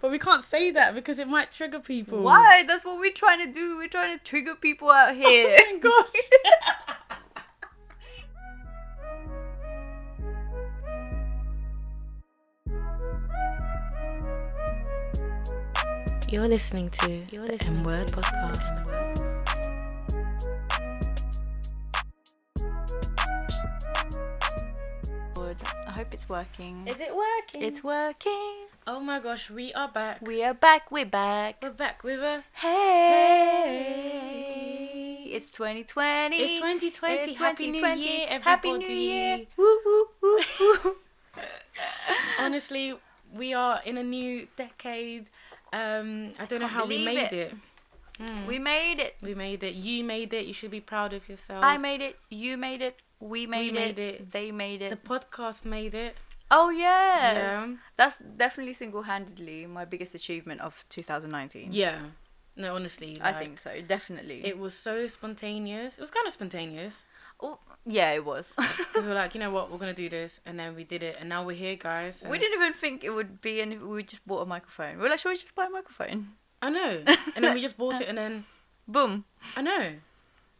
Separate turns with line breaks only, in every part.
But we can't say that because it might trigger people.
Why? That's what we're trying to do. We're trying to trigger people out here.
Oh my gosh.
You're listening to You're listening the M-Word podcast.
Good. I hope it's working.
Is it working?
It's working.
oh my gosh, we are back.
We are back. We're back.
We're back with a.
Hey. It's 2020.
It's 2020.
It's
Happy New Year, everybody.
Happy New Year. Woo, woo, woo, woo.
Honestly, we are in a new decade. Um, I don't know how we
believe
made it.
it. we made it.
We made it. You made it. You should be proud of yourself.
I made it. You made it. We made,
made
it.
it.
They made it.
the podcast made it.
oh, yes.
Yeah.
That's definitely single handedly my biggest achievement of 2019.
Yeah. No, honestly.
I
like,
think so, definitely.
it was so spontaneous. It was kind of spontaneous
oh, yeah, it was.
because we're like, you know what, we're gonna do this, and then we did it, and now we're here, guys.
we
and-
didn't even think it would be, and we just bought a microphone. We are like, should we just buy a microphone?
I know. And then we just bought it, and then
Boom.
I know.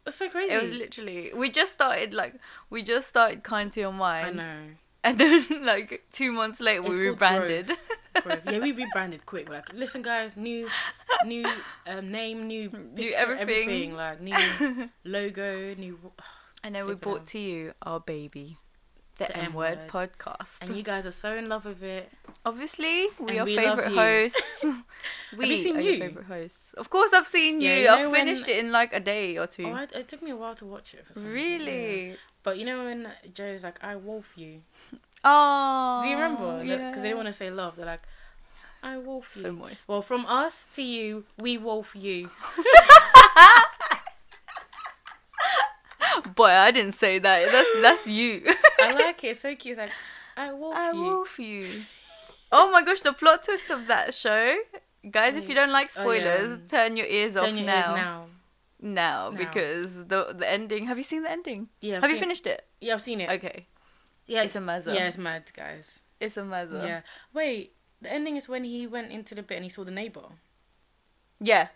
It's so crazy.
It was literally, we just started, like, we just started Kind to Your
I
Mind.
know.
And then, like, two months later,
It's
we
called
rebranded.
Growth. Yeah, we rebranded quick. We're like, listen, guys, new, new um, name, new picture,
everything."
like new logo, new.
and then we
Flipping
brought
hell.
to you our baby, the,
The
M Word
M Word.
podcast.
And you guys are so in love with it.
Obviously,
And
we are
we love
favorite
you.
hosts. we
seen
are your
you?
favorite hosts. Of course, I've seen you.
Yeah, you know
I've
when-
finished it in like a day or two.
Oh, I, it took me a while to watch it. For some reason, yeah.
really?
But you know when Joe's like, "I wolf you."
Oh,
Do you remember? Because
yeah.
they didn't want to say love. They're like, "I wolf you."
So moist.
Well, from us to you, we wolf you.
Boy, I didn't say that. That's that's you.
I like it. It's so cute. It's like, "I wolf
I
you."
wolf you. Oh my gosh, the plot twist of that show. Guys, if you don't like
Oh, yeah.
spoilers, turn your ears off
Turn your
now.
ears now.
Now,
Now.
because the the ending. Have you seen the ending?
Yeah. I've
have you
seen-
finished it?
Yeah, I've seen it.
Okay,
yeah,
it's a mazza.
Yeah, it's mad, guys.
it's a mazza.
Yeah. Wait, the ending is when he went into the bit and he saw the neighbor.
yeah.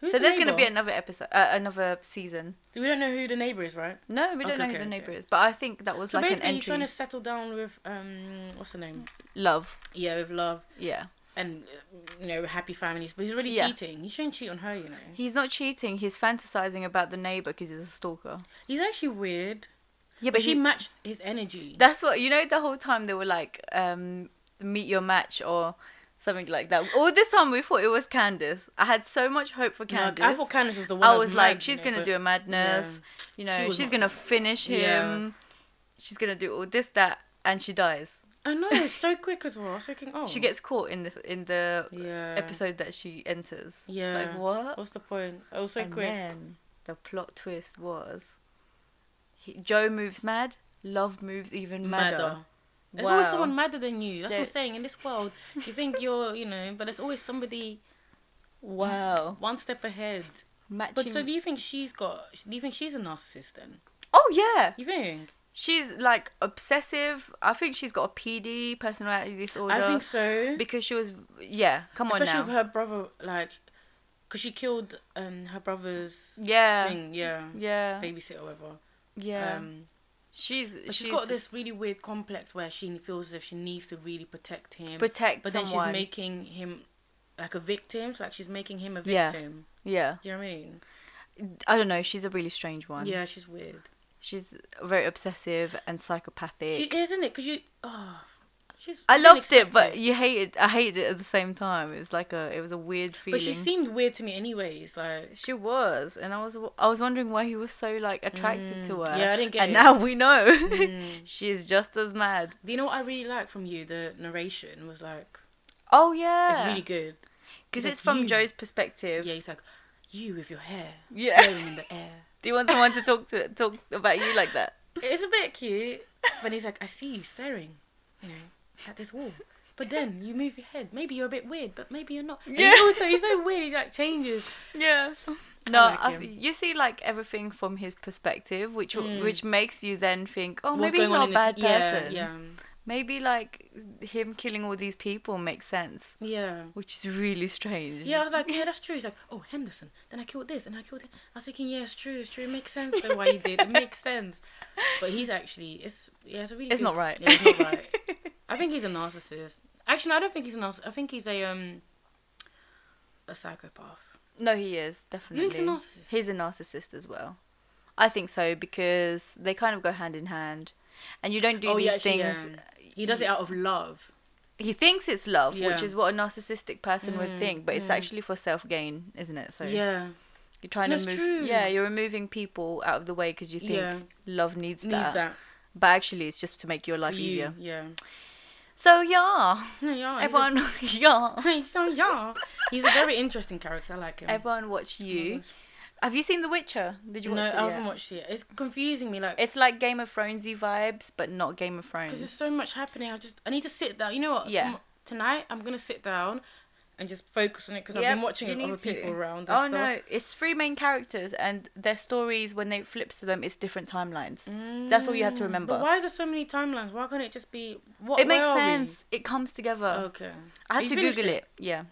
Who's
so
the
there's going to be
neighbor?
another episode, uh, another season.
we don't know who the neighbor is, right?
No, we don't
Okay,
know who
okay,
the
okay.
neighbor is, but I think that was
So
like an
basically, he's
entry.
trying to settle down with um, what's her name?
Love,
Yeah, with love
yeah.
and uh, you know happy families, but he's already
Yeah.
cheating. He shouldn't cheat on her, you know.
He's not cheating. He's fantasizing about the neighbor because he's a stalker.
He's actually weird,
Yeah,
but, she matched his energy.
That's what you know. The whole time they were like, um, "Meet your match" or something like that. All this time we thought it was Candace. I had so much hope for
No,
Candace.
I thought Candace was the one.
I
that
was like,
mad,
she's
you know,
gonna
but-
do a madness.
yeah. She
You know,
was
she's
not
gonna
doing
finish
Yeah.
him. She's gonna do all this, that, and she dies.
I know, it's so quick as well. I was thinking, oh,
She gets caught in the in the
yeah
episode that she enters.
Yeah,
Like what?
What's the point? Oh, so
and
quick.
then the plot twist was he, Joe moves mad, love moves even madder.
Madder. There's always
Wow.
someone madder than you. That's what I'm
There-
saying. In this world, you think you're, you know, but there's always somebody
Wow.
one step ahead.
Matching.
But so do you think she's got? Do you think she's a narcissist then?
oh yeah,
You think?
she's like obsessive. I think she's got a PD, personality disorder.
I think so.
because she was yeah. Come on
Especially
now.
with her brother, like, because she killed um her brother's
yeah.
thing. Yeah.
Yeah.
Babysitter, or whatever.
Yeah.
Um,
she's
but she's got this really weird complex where she feels as if she needs to really protect him,
protect
but then
someone.
she's making him like a victim. So like she's making him a
Yeah.
victim.
yeah.
Do you know what I mean?
I don't know, she's a really strange one.
Yeah, she's weird.
She's very obsessive and psychopathic.
She isn't it because you. Oh, she's.
I
didn't
loved it,
expect
but you hated. I hated it at the same time. It was like a. It was a weird feeling.
but she seemed weird to me, anyways. Like
She was, and I was. I was wondering why he was so like attracted to her.
Mm. yeah, I didn't get
And
it. Mm.
now we know. she is just as mad.
Do you know what I really like from you? The narration was like
Oh yeah.
it's really good.
because
like
it's from
you.
Joe's perspective.
Yeah, he's like you with your hair
Yeah.
blowing in the air.
Do you want someone to talk to talk about you like that?
It's a bit cute, but he's like I see you staring, you know, at this wall. But then you move your head. Maybe you're a bit weird, but maybe you're not. Yeah.
Yeah.
He's also he's so weird. He's like changes.
Yeah. No,
like
I-
him.
you see like everything from his perspective, which which makes you then think, oh,
Mm. What's
maybe he's
going
not
on
a
in
bad
this- yeah,
person.
Yeah.
Maybe like him killing all these people makes sense,
Yeah.
which is really strange.
Yeah, I was like, yeah, that's true. He's like, oh, Henderson. Then I killed this, and I killed him. I was thinking, yeah, it's true, it's true. It makes sense though why he did. It makes sense. But he's actually, it's yeah, it's a really.
It's
good-
not right.
Yeah, it's not right. I think he's a narcissist. Actually, no, I don't think he's a narcissist. I think he's a um, a psychopath.
No, he is
You
definitely.
think he's a narcissist?
He's a narcissist as well. I think so because they kind of go hand in hand, and you don't do
Oh,
these
yeah, actually,
things.
yeah. He does it out of love.
He thinks it's love, which
Yeah.
is what a narcissistic person would
Mm,
think, but it's
mm.
actually for self gain, isn't it? So
yeah,
you're trying
That's
to move.
true.
Yeah, you're removing people out of the way because you think
Yeah.
love needs,
needs that.
but actually it's just to make your life
for you. Oh,
easier.
Yeah.
So yeah,
Yeah, he's a-
everyone, yeah,
so yeah, he's a very interesting character. I like him.
everyone watch you. Have you seen The Witcher? Did you
no,
watch it?
I
yet?
haven't watched it. It's confusing me, like
It's like Game of Thronesy vibes, but not Game of
because there's
Thrones.
so much happening. I just I need to sit down. You know what?
Yeah.
Tom- tonight I'm gonna sit down and just focus on it because I've
Yep,
been watching
you
it with
need
other
to.
people around. And
Oh
stuff.
no, it's three main characters and their stories when they flips to them it's different timelines. That's all you have to remember.
Mm. But why is there so many timelines? Why can't it just be what?
it
where
makes
are we?
sense. It comes together.
Okay.
I had
You
to
finished
Google
it?
it. Yeah.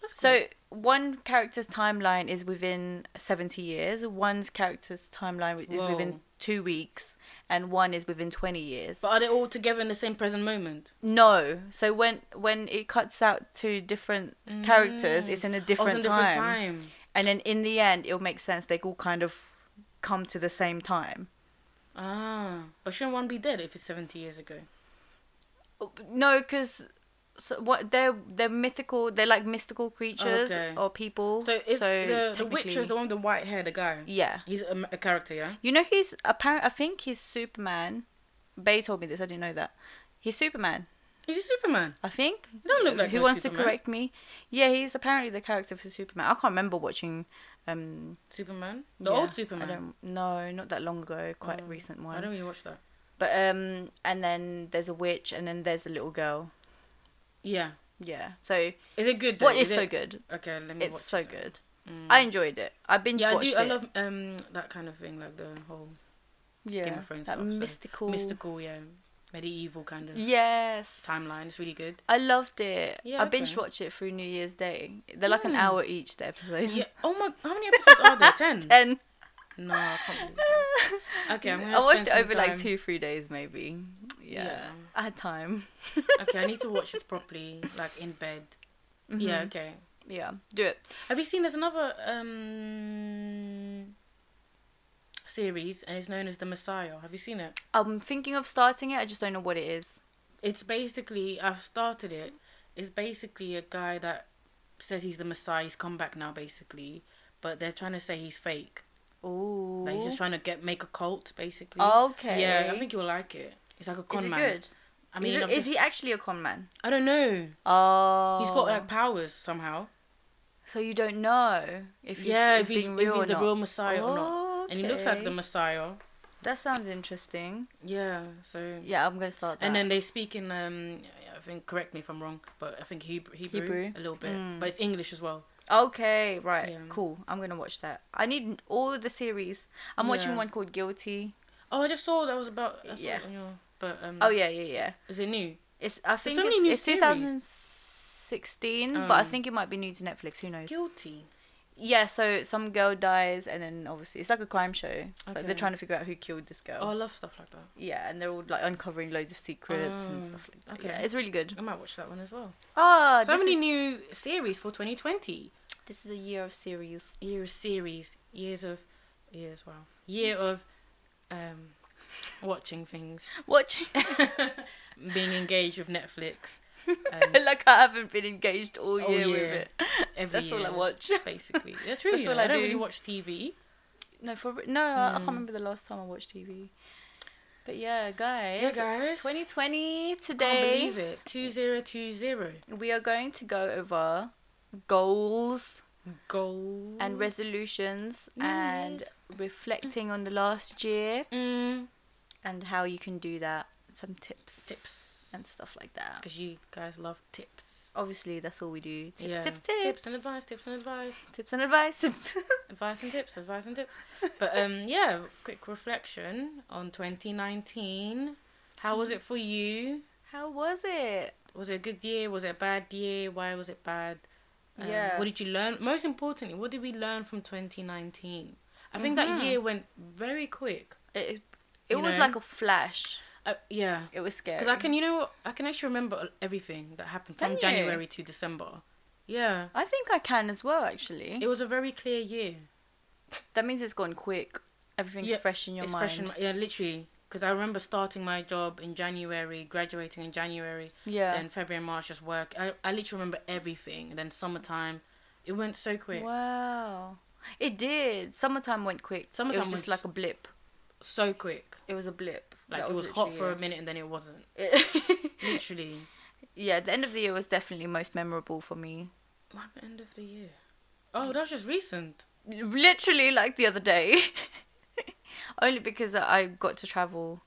That's
So one character's timeline is within 70 years, one's character's timeline is
Whoa.
within 2 weeks, and one is within 20 years.
But are they all together in the same present moment?
No. So when when it cuts out to different characters, Mm. Oh, it's in a
Or is
different,
it
time,
different time.
And then in the end, it'll make sense. They all kind of come to the same time.
Ah, but shouldn't one be dead if it's seventy years ago?
Oh, No, because so what they're they're mythical. They're like mystical creatures
Okay.
or people.
So is the the Witcher
Oh, technically-
is the one with the white hair, the guy?
Yeah,
He's a, a character, yeah.
you know he's apparent. I think he's Superman. Bay told me this. I didn't know that. He's Superman.
He's a Superman.
I think.
He don't look like
Who
no
wants
Superman.
to correct me? Yeah, he's apparently the character for Superman. I can't remember watching. Um,
Superman, the
yeah,
old
I
Superman.
don't, no, not that long ago. Quite
Oh,
recent
I
one.
don't, really watch that.
But um, and then there's a witch, and then there's a little girl.
Yeah,
Yeah. So
is it good? Though?
what is so
it-
good?
Okay, let me
It's
watch.
so
it.
good.
Mm.
I enjoyed it. I binge
yeah, I
watched
do.
it.
I love um that kind of thing, like the whole
yeah,
Game of Thrones
that
stuff. so
mystical,
mystical, yeah, medieval kind
Mm.
of
Yes.
timeline. It's really good.
I loved it.
Yeah,
I binge
okay.
watched it through New Year's Day. They're like an
Mm.
hour each. The episodes.
Yeah. Oh my, how many episodes are there? Ten.
Ten.
No, I can't believe this. Okay, I'm gonna
I watched
spend
it
some
over like
time-
two, three days maybe. Yeah.
Yeah.
I had time.
Okay, I need to watch this properly, like in bed.
Mm-hmm.
Yeah. Okay.
Yeah. Do it.
Have you seen there's another um series and it's known as The Messiah. Have you seen it?
I'm thinking of starting it. I just don't know what it is.
It's basically I've started it. It's basically a guy that says he's the Messiah, he's come back now basically, but they're trying to say he's fake.
Oh.
Like he's just trying to get make a cult basically.
Okay.
Yeah, I think you'll like it. It's like a con
Is it
man.
good?
I mean,
is,
I've
it- is
just-
he actually a con man?
I don't know.
Oh.
He's got like powers somehow.
So you don't know if he's,
yeah,
if
if he's,
being
if
real
he's
or
the
not.
real Messiah or not. And he looks like the
Okay.
Messiah.
That sounds interesting.
Yeah, so
Yeah, I'm gonna start that.
And then they speak in um, I think correct me if I'm wrong, but I think Hebrew, Hebrew,
Hebrew.
a little bit,
Mm.
but it's English as well.
okay, right,
Yeah.
cool. I'm gonna watch that. I need all the series. I'm watching
Yeah.
one called Guilty.
Oh, I just saw that was about. I saw
Yeah.
it on your- but um,
Oh yeah, yeah, yeah.
is it new?
It's I think
so many
it's,
new
it's
series.
2016, but I
Um,
think it might be new to Netflix. Who knows?
Guilty.
yeah, so some girl dies, and then obviously it's like a crime show. Like
Okay.
they're trying to figure out who killed this girl.
Oh, I love stuff like that.
Yeah, and they're all like uncovering loads of secrets and
Oh,
stuff like that. Yeah,
okay.
it's really good.
I might watch that one as well.
Ah,
so
this,
many
is,
new series for 2020.
this is a year of series.
Year of series, years of, years. Wow, year of, um, watching things,
Watching
being engaged with Netflix, and
like I haven't been engaged all
All
year with
year.
it.
every
That's
year.
all I watch.
Basically, that's really.
all
I,
I
don't
do.
really watch TV.
No, for re- no, I I
Mm.
can't remember the last time I watched TV. But yeah, guys.
Yeah, guys.
2020
Can't
today.
believe it. Two zero two zero
We are going to go over goals
goals
and resolutions and
Nice.
reflecting on the last year
mm,
and how you can do that. Some tips.
tips
And stuff like that.
because you guys love tips.
Obviously, that's all we do. Tips,
Yeah.
tips, tips,
tips and advice, tips and advice,
tips and advice. Tips.
advice and tips, advice and tips. But um,
Mm-hmm.
yeah, quick reflection on 2019. How was it for you?
How was it?
Was it a good year? Was it a bad year? Why was it bad? Um,
Yeah.
What did you learn? Most importantly, what did we learn from 2019? I think
Mm-hmm.
that year went very quick.
It it
You
was
know?
like a flash.
Uh, yeah.
It was scary.
Because I can, you know, I can actually remember everything that happened
Can
from
you?
January to December. Yeah.
I think I can as well. Actually,
It was a very clear year.
that means it's gone quick. Everything's
Yeah,
fresh in your
it's
mind.
fresh in my, yeah, literally. Because I remember starting my job in January, graduating in January,
yeah.
then February and March just work. I, I literally remember everything. And then summertime, it went so quick.
Wow. It did. Summertime went quick. Summertime it
Summertime
was just
was-
like a blip.
So quick.
It was a blip.
Like
That
it was hot for a
literally
minute and then it wasn't.
it.
Literally.
yeah, the end of the year was definitely most memorable for me.
What happened at the end of the year? Oh, that was just recent.
Literally, like the other day. Only because I got to travel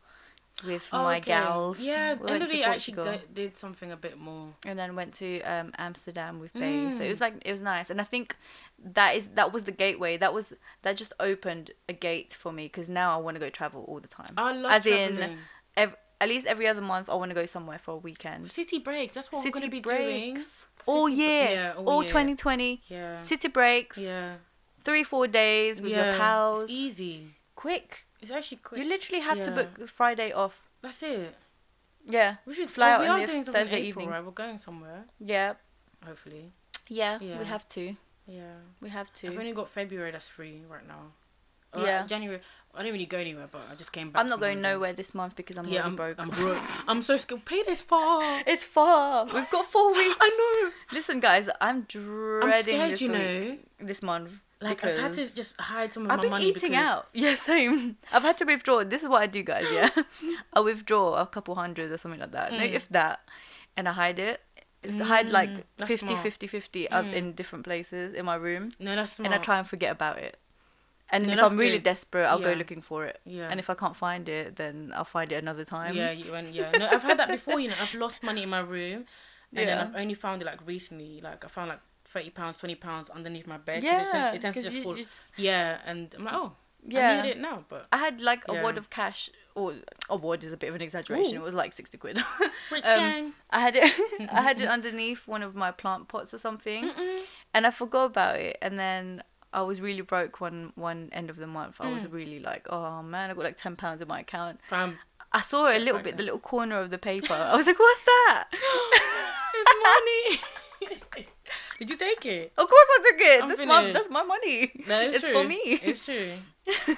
with
Oh,
my
okay.
gals.
Yeah,
We
end
went
of
to
the year I actually
Portugal.
di- did something a bit more.
and then went to um, Amsterdam with Bay. So it
Mm.
was like it was nice, and I think that is that was the gateway. That was that just opened a gate for me because now I want to go travel all the time.
I love
as in
traveling.
ev- at least every other month I want to go somewhere for a weekend.
City breaks. That's what we're
City
gonna be doing.
breaks all
City bre-
year,
yeah,
all,
all year.
2020.
Yeah.
City breaks,
Yeah.
three four days with
yeah.
your pals.
It's easy.
quick.
It's actually quick.
you literally have to
Yeah.
book Friday off.
That's it.
Yeah,
We should
fly
oh,
out
We
on
are
the
doing something in
Thursday
April,
evening.
right? We're going somewhere.
Yeah.
Hopefully.
yeah,
Yeah.
We have to.
Yeah.
We have to.
I've only got February. That's free right now. Or uh,
Yeah.
January. I don't really go anywhere, but I just came back.
I'm not
from
going
holiday.
nowhere this month because I'm
Yeah,
already
I'm
broke.
I'm broke. I'm so scared. Pay this far.
It's far. We've got four weeks.
I
Listen, guys, I'm
know.
dreading
I'm scared.
this
You
week-
know.
this month.
Like
because
I've had to just hide some of
I've
my
been
money
eating
because
out. Yeah, same. I've had to withdraw. This is what I do, guys. Yeah, I withdraw a couple hundred or something like that. No, if that, and I hide it. It's to hide like
Mm, that's
50,
smart.
50, 50 up in different places in my room,
no, that's smart.
and I try and forget about it. And
No,
if
that's
I'm really
good.
desperate, I'll go
Yeah.
looking for it.
Yeah.
And if I can't find it, then I'll find it another time.
Yeah, you and yeah. No, I've had that before. You know, I've lost money in my room, and then
Yeah.
I've only found it like recently. Like I found like thirty pounds, twenty pounds underneath my bed. 'cause it, sen-
Yeah,
it tends to
'cause
just
you-
fall.
you just-
Yeah, and I'm like, oh,
Yeah.
I need it now, but
I had like a
Yeah.
wad of cash, or a wad is a bit of an exaggeration.
Ooh.
It was like sixty quid.
Rich
Um,
gang.
I had it. I had it underneath one of my plant pots or something, and I forgot about it. And then I was really broke one one end of the month. I was really like, oh man, I got like ten pounds in my account.
Fam,
I saw it a
Gets
little
like
bit, the
that.
little corner of the paper. I was like, what's that?
it's money. Did you take it?
of course I took it.
I'm
that's my
finished.
that's my money.
No, it's, true.
for me.
It's true.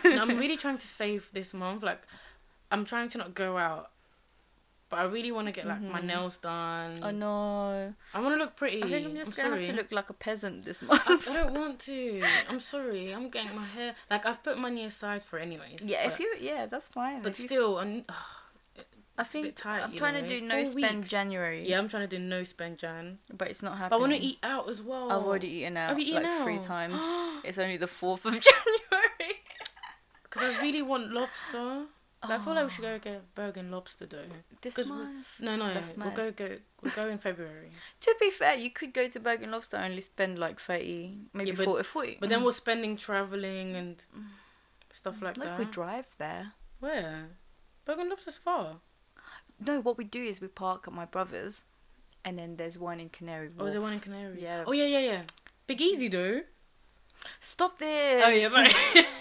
No, I'm really trying to save this month. Like, I'm trying to not go out, but I really want to get like my nails done.
oh no.
I want to look pretty.
Mm-hmm. I think I'm just gonna have
sorry.
to look like a peasant this
I,
month.
I don't want to. I'm sorry. I'm getting my hair. Like I've put money aside for it anyways.
yeah, if
but-
you yeah, that's fine.
But
If you
still, I'm.
I
It's a bit
think
tight,
I'm
you
trying
know.
to do no
Four
spend
weeks.
January.
Yeah, I'm trying to do no spend Jan.
But it's not
But I
happening.
want to eat out as well.
I've already eaten out
Have you
like
eaten
three
out?
times. it's only the fourth of January.
Because I really want lobster. Like, I feel like we should go get burger and lobster though.
This
'Cause we-
month.
No, no,
Oh. That's
we'll
mad.
go go we'll go in February.
To be fair, you could go to Burger and Lobster and only spend like thirty, maybe Mm.
Yeah, but-
40, 40.
But then we're spending traveling and stuff like
like
that.
we drive there.
Where? Burger and lobster's far.
No, what we do is we park at my brother's, and then there's one in Canary Wharf.
Or is there one in Canary?
Yeah.
Oh yeah, yeah, yeah. Big Easy though.
Stop this!
Oh yeah, sorry.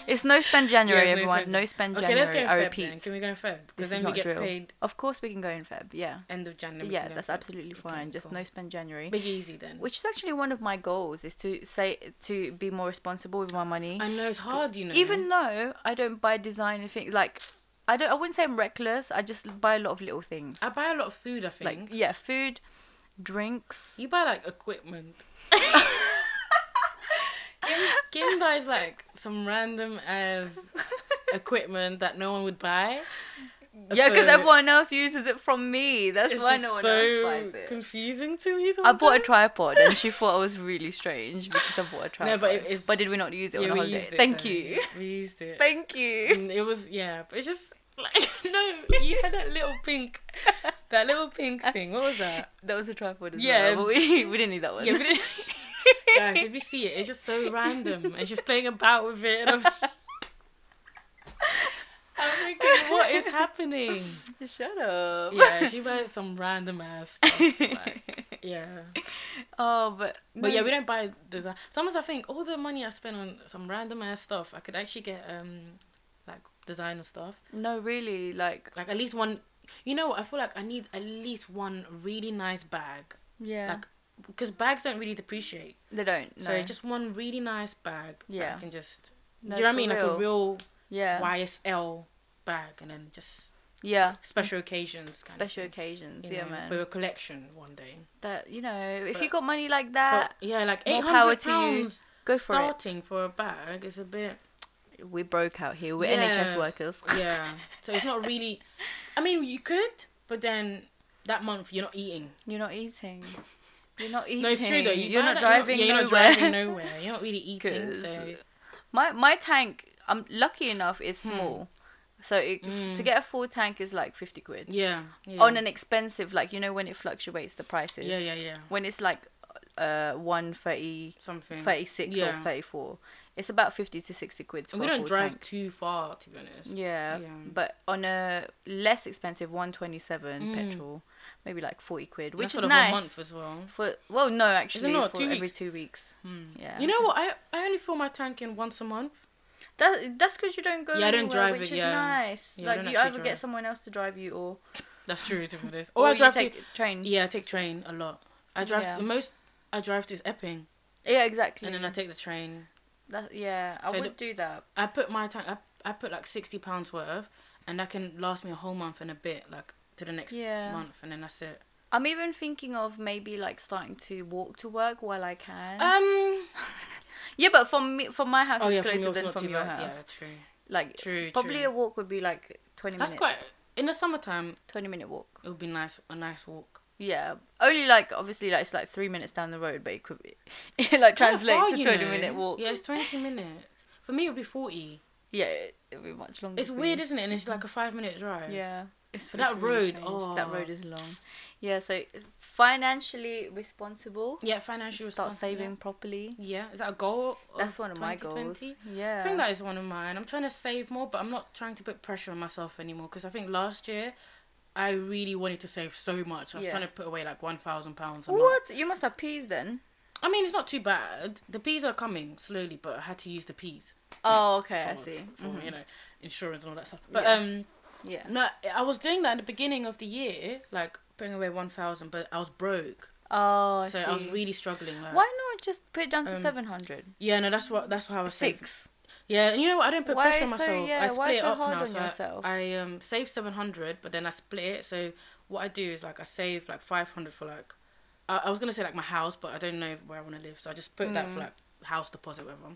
it's no spend January,
Yeah, it's no
everyone.
spend-
No spend
Okay,
January.
let's go in
I
Feb
repeat.
then. Can we go in Feb? Because
This
then
is
we
not
get
drill.
paid
Of course, we can go in Feb. Yeah,
end of January.
yeah, that's absolutely fine. Just no
nice.
spend January.
Big easy then.
which is actually one of my goals is to say to be more responsible with my money
I know it's hard, you know.
even though i don't buy designer things like i don't i wouldn't say i'm reckless i just buy a lot of little things
I buy a lot of food. I think
like yeah food drinks
you buy like equipment. Kim, Kim buys like some random as equipment that no one would buy.
yeah because
So,
everyone else uses it from me that's
It's
why
just
no one
so
else buys it
confusing to me.
I bought a
sometimes.
tripod and she thought I was really strange because I bought a tripod.
No, but it is-
did we not use it
Yeah,
on
we
a holiday?
used it.
Thank
though.
you.
We used it.
Thank you.
Mm, it was yeah, but it's just like no, you had that little pink, that little pink thing. What was that?
That was a tripod as
Yeah.
well. But we, we didn't need that one.
Yeah, we didn't- guys, if you see it, it's just so random, and she's playing about with it. And I'm, I'm thinking, what is is happening?
Shut up.
yeah, she buys some random ass stuff. Like, yeah.
Oh, but
But yeah, we don't buy design. Sometimes I think all the money I spend on some random ass stuff, I could actually get um like designer stuff.
No, really, like
Like at least one. You know, I feel like I need at least one really nice bag.
yeah,
Like, because bags don't really depreciate.
they don't. No.
So just one really nice bag. That
Yeah.
I can just.
No,
do you know what I
for
mean? Like a real
yeah,
YSL bag, and then just
yeah,
special occasions kind
Mm. special
of. thing,
occasions.
you
Yeah,
know,
man.
For your collection one day.
that you know, if you
But-
got money like
But
that,
yeah, like eight
Uh, more power
hundred
to you.
pounds
go for
starting for a bag is a bit.
it. We're broke out here. We're
Yeah.
NHS workers.
Yeah. So it's not really. I mean, you could, but then that month you're not eating.
You're not eating. You're not eating.
No, it's true though. You
You are
buy
not
that-
driving
yeah, you're
nowhere.
not driving nowhere. You're not really eating.
'Cause-
So
my my tank, I'm lucky enough, is
Hmm.
small, so it,
Mm.
to get a full tank is like fifty quid.
yeah, yeah.
On an expensive, like you know, when it fluctuates the prices.
yeah, yeah, yeah,
When it's like, uh, one thirty,
something.
thirty six
Yeah.
or thirty four, it's about fifty to sixty quid.
And
for
we
a
don't
full
drive
tank.
too far, to be honest.
Yeah,
Yeah.
but on a less expensive one twenty seven
Mm.
petrol, maybe like forty quid,
That's
which
for
is
the
nice.
Whole month as well.
For well, no, actually,
not?
for
Two
every
weeks? Hmm.
two weeks. Yeah,
You know what? I I only fill my tank in once a month.
that that's because you don't go.
Yeah, I don't
anywhere,
drive
which
it,
is
yeah.
nice.
Yeah, I
like
don't
you
actually
either
drive.
get someone else to drive you, or
That's true to be honest.
or,
Or, I
you
drive
take
to. E-
train. Yeah,
Yeah, I take train a lot. I drive
Yeah.
to, the most. I drive to is Epping,
exactly.
and then I take the train.
that, yeah, I
So
would do that.
I put my tank. I, I put like sixty pounds worth, and that can last me a whole month and a bit, like to the next
Yeah.
month, and then that's it.
I'm even thinking of maybe like starting to walk to work while I can.
Um.
yeah, but from me, from my house
Oh
is
yeah, from
closer
yours
than
not
from
too
your
bad.
house.
Yeah, true.
Like
True.
probably
true.
a walk would be like twenty
That's
minutes.
quite. In the summertime,
twenty minute walk.
it would be nice. A nice walk.
Yeah, only like obviously like it's like three minutes down the road, but it could be, it
Kinda
like translate
far,
to
you
twenty
know.
minute walk.
Yeah, it's twenty minutes. For me, it would be forty.
Yeah, it, it'd be much longer.
It's
for
weird,
you.
isn't it? And it's like a five-minute drive.
Mm-hmm. Yeah, it's,
But that
it's really
road,
strange. that
oh.
road is long. Yeah, so it's financially responsible.
Yeah, financial.
Start
responsi-
saving properly.
Yeah, is that a goal?
That's one of my goals.
2020?
Yeah.
I think that is one of mine. I'm trying to save more, but I'm not trying to put pressure on myself anymore because I think last year I really wanted to save so much. I was
Yeah.
trying to put away like one thousand pounds a month.
what you must have peas then.
I mean, it's not too bad. The peas are coming slowly, but I had to use the peas.
Oh, okay, I
for-
see.
for,
Mhm.
you know insurance and all that stuff. But
Yeah.
um,
Yeah.
no, I was doing that in the beginning of the year, like putting away one thousand, but I was broke,
Oh, I
so
see.
I was really struggling. Like,
Why not just put it down to
Um,
seven hundred?
Yeah, no, that's what that's what I was saying.
Six.
Yeah, and you know what? I don't put
Why
pressure on
so-
myself. I
yeah,
split
why
it
so
up
hard
now.
on
so I-
yourself?
I, um save seven hundred, but then I split it. So what I do is like I save like five hundred for like I, I was gonna say like my house, but I don't know where I want to live, so I just put
Hmm.
that for like house deposit, whatever.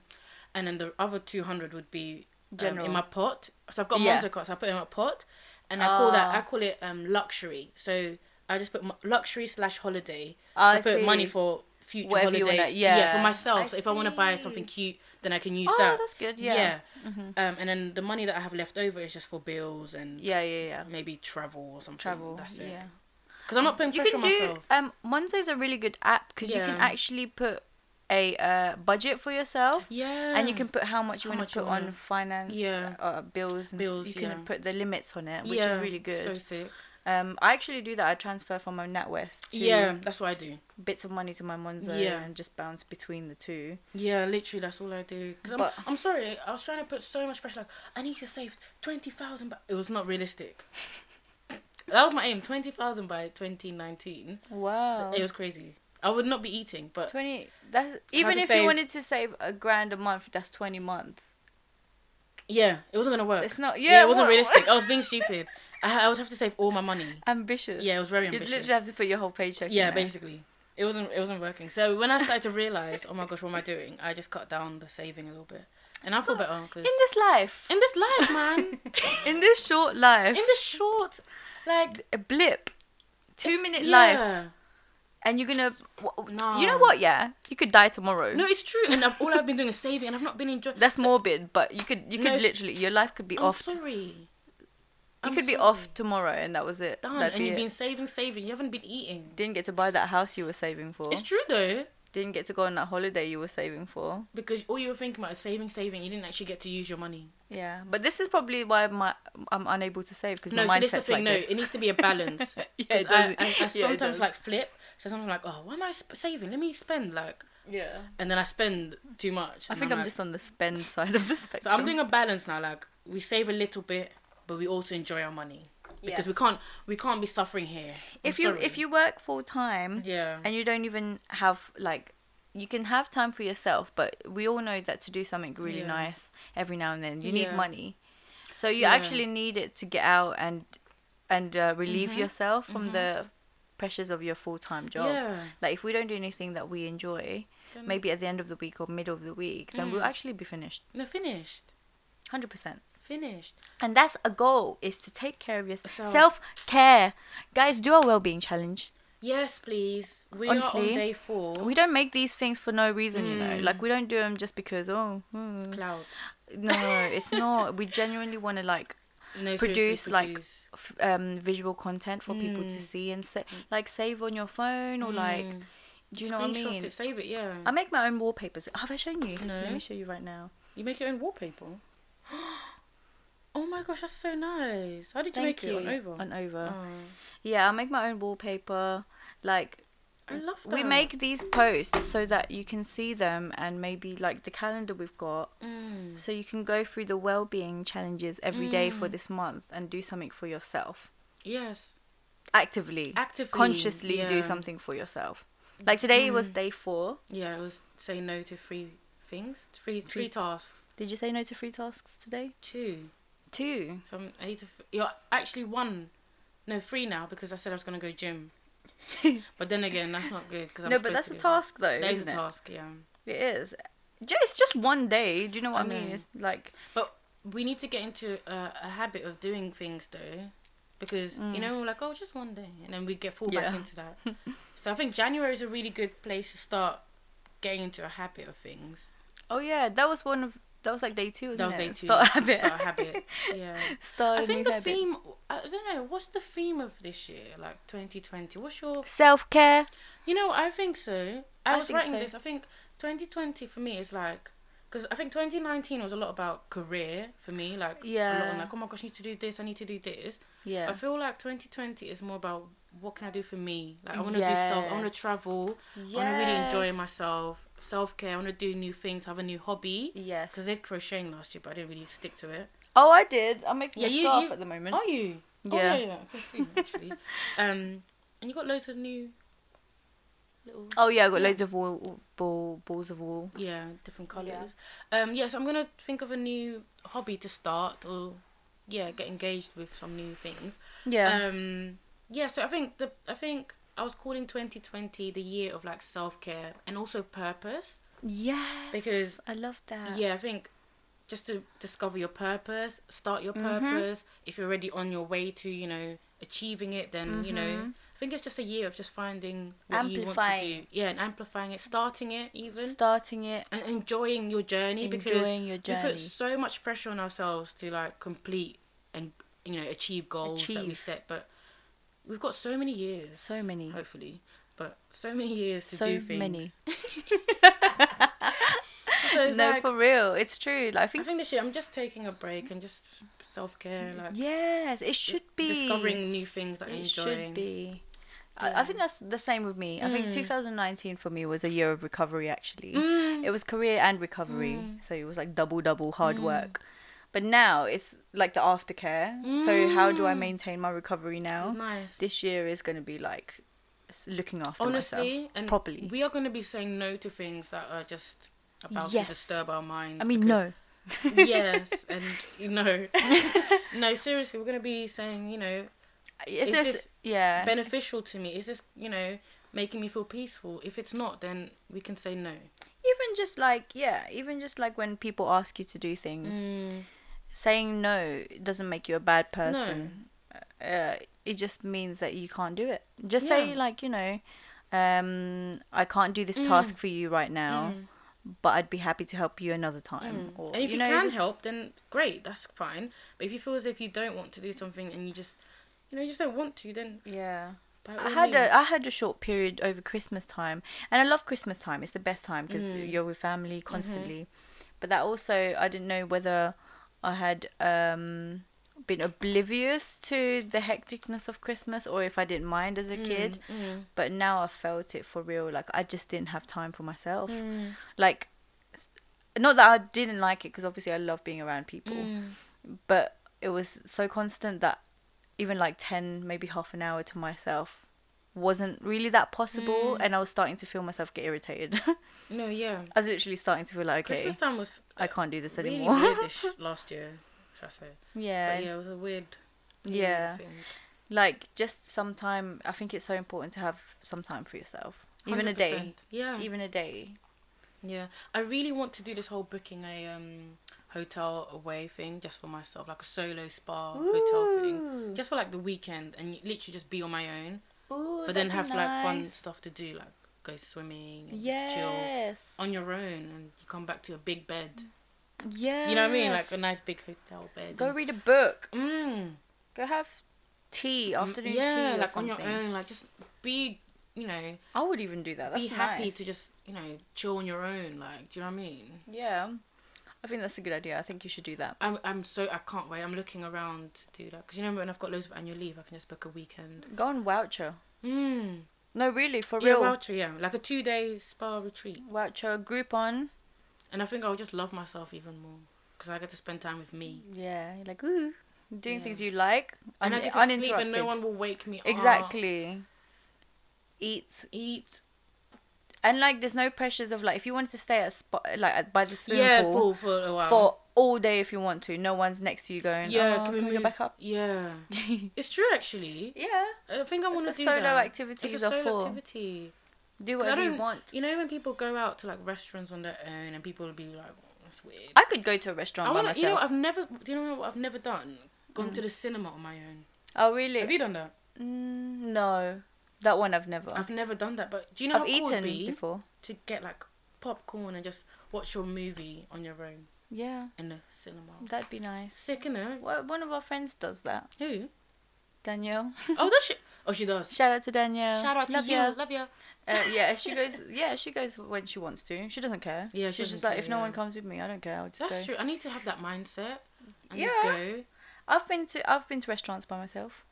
And then the other two hundred would be um,
General.
in my pot. So I've got
Yeah.
Monzo cards. I put it in my pot, and I call that
Ah.
I call it um luxury. So I just put mu- luxury slash holiday.
Ah,
so
I
I put money
see.
for future
Whatever
holidays.
you wanna-
yeah, for
yeah.
myself.
I
so if I want to buy
see.
something cute, then I can use
Oh,
that.
that's good.
Yeah.
Yeah. Mm-hmm.
Um, and then the money that I have left over is just for bills and
Yeah, yeah, yeah.
maybe travel or something.
Travel.
That's it.
yeah.
Because I'm not putting
you
pressure
can
on
do
myself.
um monzo's a really good app because you can
Yeah.
actually put a uh, budget for yourself
Yeah.
and you can put how much you
How
want
much
to
you
put
wanna-
on finance
Yeah.
uh, bills
Bills,
and bills you can
yeah.
put the limits on it which is really
So
good
sick.
um i actually do that i transfer from my natwest to
Yeah, that's what I do.
bits of money to my monzo
Yeah.
and just bounce between the two
Yeah, literally, that's all I do. Because I'm,
But-
I'm sorry, I was trying to put so much pressure. Like, I need to save 20,000, but it was not realistic. that was my aim 20,000 by 2019.
wow
It was crazy. I would not be eating, but
20 that's even
to
if
save-
you wanted to save a grand a month that's 20 months
yeah, it wasn't going to work.
it's not
yeah,
yeah
it wasn't
what-
realistic. I was being stupid. I, I would have to save all my money.
ambitious
Yeah, it was very
you
ambitious.
literally have to put your whole paycheck
yeah,
in there.
basically, it wasn't it wasn't working. So when I started to realize, oh my gosh, what am I doing? I just cut down the saving a little bit, and I feel better because
in this life
in this life, man,
in this short life,
in this short, like
a blip, two
it's-
minute life,
yeah.
and you're gonna. w-
No.
You know what? Yeah, you could die tomorrow.
No, it's true, and I've, all I've been doing is saving, and I've not been enjoying.
That's morbid, but you could you
No,
could
it's-
literally your life could be
I'm
off. you
sorry. I'm
could be
sorry.
off tomorrow, and that was it.
Done,
That'd
and
be
you've
it.
been saving, saving. You haven't been eating.
Didn't get to buy that house you were saving for.
It's true though.
Didn't get to go on that holiday you were saving for.
because all you were thinking about is saving, saving. You didn't actually get to use your money.
Yeah, but this is probably why my I'm unable to save because
No,
my
so
mindset's
this is the thing.
like
no,
this.
it needs to be a balance.
Yeah,
Because
it
I,
does.
I, I
Yeah, it
sometimes
does.
like flip. So sometimes I'm like, oh, why am I sp- saving? Let me spend like,
yeah.
and then I spend too much.
I
and
think I'm
like-
just on the spend side of the spectrum.
So I'm doing a balance now. Like we save a little bit, but we also enjoy our money because we can't we can't be suffering here. I'm
if you
sorry.
if you work full time
yeah
and you don't even have like you can have time for yourself, but we all know that to do something really
Yeah.
nice every now and then you
Yeah.
need money, so you
Yeah.
actually need it to get out and and uh, relieve
Mhm.
yourself from
Mhm.
the pressures of your full time job.
yeah
Like if we don't do anything that we enjoy,
Then-
maybe at the end of the week or middle of the week, then we'll
Mm.
actually be finished,
no finished
hundred percent.
finished.
And that's a goal is to take care of yourself.
Self.
Self care, guys. Do our well being challenge.
Yes, please. We are
Honestly,
on day four.
We don't make these things for no reason, you know.
Mm.
Like we don't do them just because. Oh, hmm.
cloud.
no, it's not. We genuinely want to like
No, seriously,
produce, like,
produce.
f- um, visual content for people to
Mm.
see and sa- like save on your phone or like.
Mm.
Do you know what I
Screenshot
mean?
It, save it. Yeah.
I make my own wallpapers. Have I shown you?
No.
Let me show you right now.
you make your own wallpaper. oh my gosh, that's so nice. How did you make
Thank
it on
you.
over?
On over.
Oh,
Yeah, I make my own wallpaper. Like
I love that.
we make these posts so that you can see them and maybe like the calendar we've got
Mm.
so you can go through the well-being challenges every day for this month and do something for yourself.
Yes.
Actively,
Actively,
consciously do
yeah. Mm.
something for yourself. Like today was day 4.
Yeah, it was say no to three things, three
Three-
three tasks.
Did you say no to free tasks today?
Two.
Two.
So I'm, I need to. f- You're actually one. No, three now because I said I was gonna go gym. but then again, that's not good because I'm
no, but
supposed
that's
to
a
go.
task though,
That is
isn't
a
it?
task. Yeah.
It is. Ju- It's just one day. Do you know what
I
I, mean?
know.
It's like
But we need to get into a, a habit of doing things though, because you know we're like oh just one day, and then we get fall back
Mm. Yeah.
into that. so I think January is a really good place to start getting into a habit of things.
Oh yeah, that was one of that was like day two, wasn't
That was
it?
day two.
Start a habit.
Start a habit. Yeah.
Start
I
a
think
new
the
habit.
theme. I don't know. What's the theme of this year? Like 2020. What's your?
Self care.
You know, I think so. I,
I
was
think
writing
so.
this. I think 2020 for me is like, because I think 2019 was a lot about career for me. Like, A lot
Yeah.
on like, oh my gosh, I need to do this. I need to do this.
Yeah.
I feel like 2020 is more about what can I do for me. Like, I want to do self. I want
Yes.
to travel. I want to really enjoy
Yes.
myself. Self care. I want to do new things. Have a new hobby.
Yes.
Because I did crocheting last year, but I didn't really stick to it.
Oh, I did. I'm making
Yeah,
a
you-
scarf
you-
at the moment.
Are you? Oh,
Yeah.
yeah, yeah. I can see you, actually. um, and you got loads of new little
Oh yeah, I got
Yeah.
loads of wool, ball, balls of wool.
yeah different colors. Um, yes, I'm gonna think of a new hobby to start or yeah, get engaged with some new things.
Yeah.
Um, yeah. So I think the I think I was calling 2020 the year of like self care and also purpose
yes.
because
I love that.
yeah, I think just to discover your purpose, start your
Mhm.
purpose. If you're already on your way to, you know, achieving it, then you know,
Mhm.
I think it's just a year of just finding what you want to do.
Amplifying.
Yeah, and amplifying it, starting it even,
Starting it,
and enjoying your journey because
enjoying your
we
journey.
put so much pressure on ourselves to like complete and you know achieve goals that we
Achieve.
set, but we've got so many years.
So many.
hopefully. But so many years to
So
do things.
many.
so it's
no,
like,
for real, it's true. Like, I
I
think.
think this year I'm just taking a break and just self care, like
Yes, it should be
discovering new things that I
It
enjoy.
should Mm. be. I, I think that's the same with me. I think 2019 for me was a year of recovery. Actually, it was career and recovery, so it was like double double hard work. But now it's like the aftercare. So how do I maintain my recovery now?
Nice.
This year is going to be like s- looking after
Honestly,
myself
and
properly.
we are going to be saying no to things that are just about
Yes.
to disturb our minds.
I mean,
because-
no.
yes, and you know, no. Seriously, we're going to be saying, you know,
It's
is
just
this
yeah.
beneficial to me. Is this, you know, making me feel peaceful? If it's not, then we can say no.
even just like yeah, even just like when people ask you to do things,
Mm.
saying no doesn't make you a bad person. Uh, it just means that you can't do it. Just say
Yeah. Mm.
like you know, um, I can't do this task for you right now, but I'd be happy to help you another time. Or,
Mm. and if you,
know,
can
just-
help, then great, that's fine. But if you feel as if you don't want to do something and you just, you know, you just don't want to, then
yeah,
By
I
all
had
means.
a I had a short period over Christmas time, and I love Christmas time. It's the best time because
Mm.
you're with family
Mm-hmm.
constantly. But that also I didn't know whether I had um, been oblivious to the hecticness of Christmas or if I didn't mind as a
Mm.
kid. But now I felt it for real. Like I just didn't have time for myself. Like, s- not that I didn't like it because obviously I love being around people,
Mm.
but it was so constant that even like 10 maybe half an hour to myself wasn't really that possible
Mm.
and i was starting to feel myself get irritated i
No, yeah.
was literally starting to feel like okay
Christmas time was
i can't do this
really
anymore
weirdish last year, should I say?
yeah,
But yeah, it was a weird. weird
Yeah.
thing.
like just some time i think it's so important to have some time for yourself even a day
100%. Yeah.
even a day
Yeah, I really want to do this whole booking a um hotel away thing just for myself, like a solo spa hotel thing, Oh, just for like the weekend and literally just be on my own,
Ooh,
but then have like fun stuff to do, like go swimming and just chill
yes
on your own, and you come back to a big bed.
yeah
You know what I mean? Like a nice big hotel bed.
go read a book
mm,
go have tea afternoon
yeah,
tea or
like
something.
on your own, like just be, you know,
i would even do that that's
be happy
nice.
to just you know chill on your own. Like, do you know what I mean?
Yeah, I think that's a good idea. I think you should do that.
I'm I'm so I can't wait. I'm looking around to do that because you know when I've got loads of annual leave, I can just book a weekend.
Go on voucher.
Mm.
No, really, for
Yeah,
real.
voucher, yeah, like a two day spa retreat,
voucher, Groupon.
and I think I'll just love myself even more because I get to spend time with me,
Yeah, you're like ooh, doing
Yeah.
things you like,
and
un-
I get to
uninterrupted.
sleep, and no one will wake me. up.
exactly. Eat
Eat.
and like, there's no pressures of like, if you wanted to stay at spot like at, by the swimming
Yeah,
pool,
pool for a while.
for all day if you want to. No one's next to you going.
yeah,
oh,
can we,
go
move
back up?
Yeah, it's true actually.
yeah,
I think I
That's
want to
what
do
solo
that.
activities
It's a
are
solo
for.
activity.
do
'Cause I
whatever you
don't-
want.
You know when people go out to like restaurants on their own, and people will be like, "Oh, "That's weird."
I could go to a restaurant
I
by
want to.
myself. Mm.
You know, I've never. Do you know what I've never done? Gone to the cinema on my own.
oh really?
Have you done that?
Mm, no, that one I've never.
I've never done that. But do you know
I've
how cool
eaten
it'd be
before.
to get like popcorn and just watch your movie on your own
Yeah,
in the cinema?
that'd be nice.
Sick, innit?
Well, one of our friends does that.
Who?
Danielle.
Oh, does she? Oh, she does.
Shout out to Danielle.
Shout out to
Love
you.
ya.
Love you.
Uh, yeah, she goes. Yeah, she goes when she wants to. She doesn't care.
Yeah, she
she's just
doesn't
like,
care,
if no
yeah.
one comes with me, I don't care. I'll just
That's
go.
true. I need to have that mindset and just
Yeah.
go.
I've been to I've been to restaurants by myself.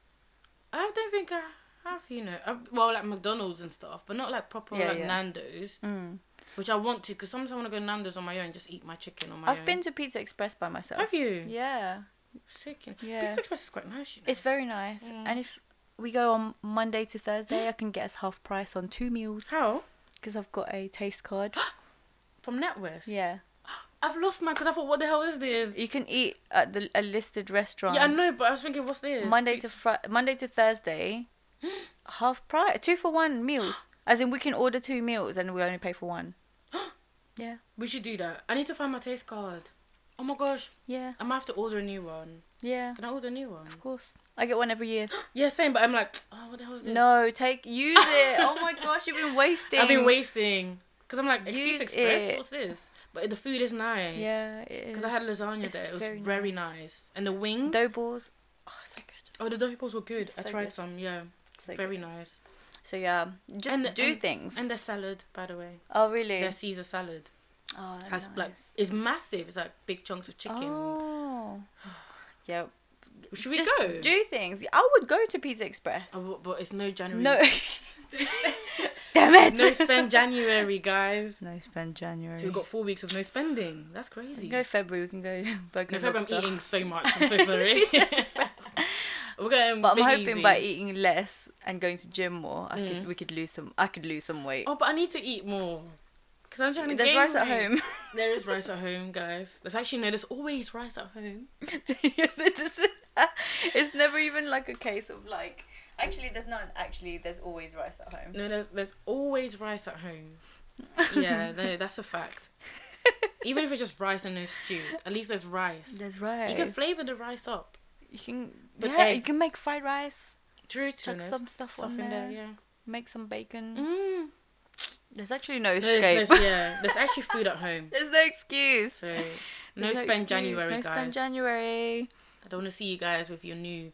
I don't think I have. You know, I, well, like McDonald's and stuff, but not like proper
Yeah,
like
yeah.
Nando's,
Mm.
which I want to because sometimes I want to go Nando's on my own, just eat my chicken on my own.
I've been to Pizza Express by myself.
Have you?
Yeah,
Sick. Yeah.
Yeah.
Pizza Express is quite nice, you know.
it's very nice.
Mm.
And if we go on Monday to Thursday, I can get us half price on two meals
How?
because I've got a taste card.
From NatWest?
yeah,
I've lost mine because I thought, what the hell is this?
you can eat at the a listed restaurant.
Yeah, I know, but I was thinking, what's this?
Monday to
Pizza-
Fri Monday to Thursday, half price, two for one meals. As in, we can order two meals and we only pay for one. yeah,
we should do that. I need to find my taste card. Oh my gosh.
yeah,
I might have to order a new one.
yeah.
Can I order a new one?
Of course, I get one every year.
Yeah, same, but I'm like, oh, what the hell is this?
no, take use it. oh my gosh, you've been wasting.
I've been wasting. Because I'm like, Ex-
Use
Pizza Express?
it.
What's this? But the food is nice.
Yeah, it
Because I had
is.
lasagna
It's
there. It was
very
very,
nice.
nice. And the wings.
dough balls. Oh, so good.
oh, the dough balls were good.
It's
I
so
tried
good.
some, yeah.
So
very
good.
nice.
So yeah, just
And-
do things.
And their salad, by the way.
oh really?
Their Caesar salad.
Oh,
has
nice.
like it's massive. It's like big chunks of chicken.
Oh. Yeah.
Should we
just
go?
do things. I would go to Pizza Express.
Oh, but- but it's no January.
No. Damn it.
no spend January, guys.
No spend January.
So we've got four weeks of no spending. That's crazy.
go February. We can go burger.
No,
and
February, I'm
lobster.
eating so much. I'm so sorry. We're going.
But I'm
big
hoping
easy. Mm.
by eating less and going to gym more, I could we could lose some. I could lose some weight.
Oh, but I need to eat more. Cause I'm trying to.
There's
gain
rice at
weight.
home.
There is rice at home, guys. There's actually no. There's always rice at home.
This is- it's never even like a case of like. Actually, there's none. Actually, there's always rice at home.
No, there's there's always rice at home. Yeah, no, that's a fact. Even if it's just rice and no stew, at least there's rice.
There's rice.
You can flavour the rice up.
You can
With
yeah. You
egg.
can make fried rice.
True to
Chuck
this.
some stuff,
Stuff
on
in
there.
there, yeah.
Make some bacon.
Mm.
There's actually no
No, there's,
escape.
there's, yeah, there's actually food at home.
There's no excuse.
So, no
There's
spend
excuse,
January,
No
guys.
spend January.
I don't want to see you guys with your new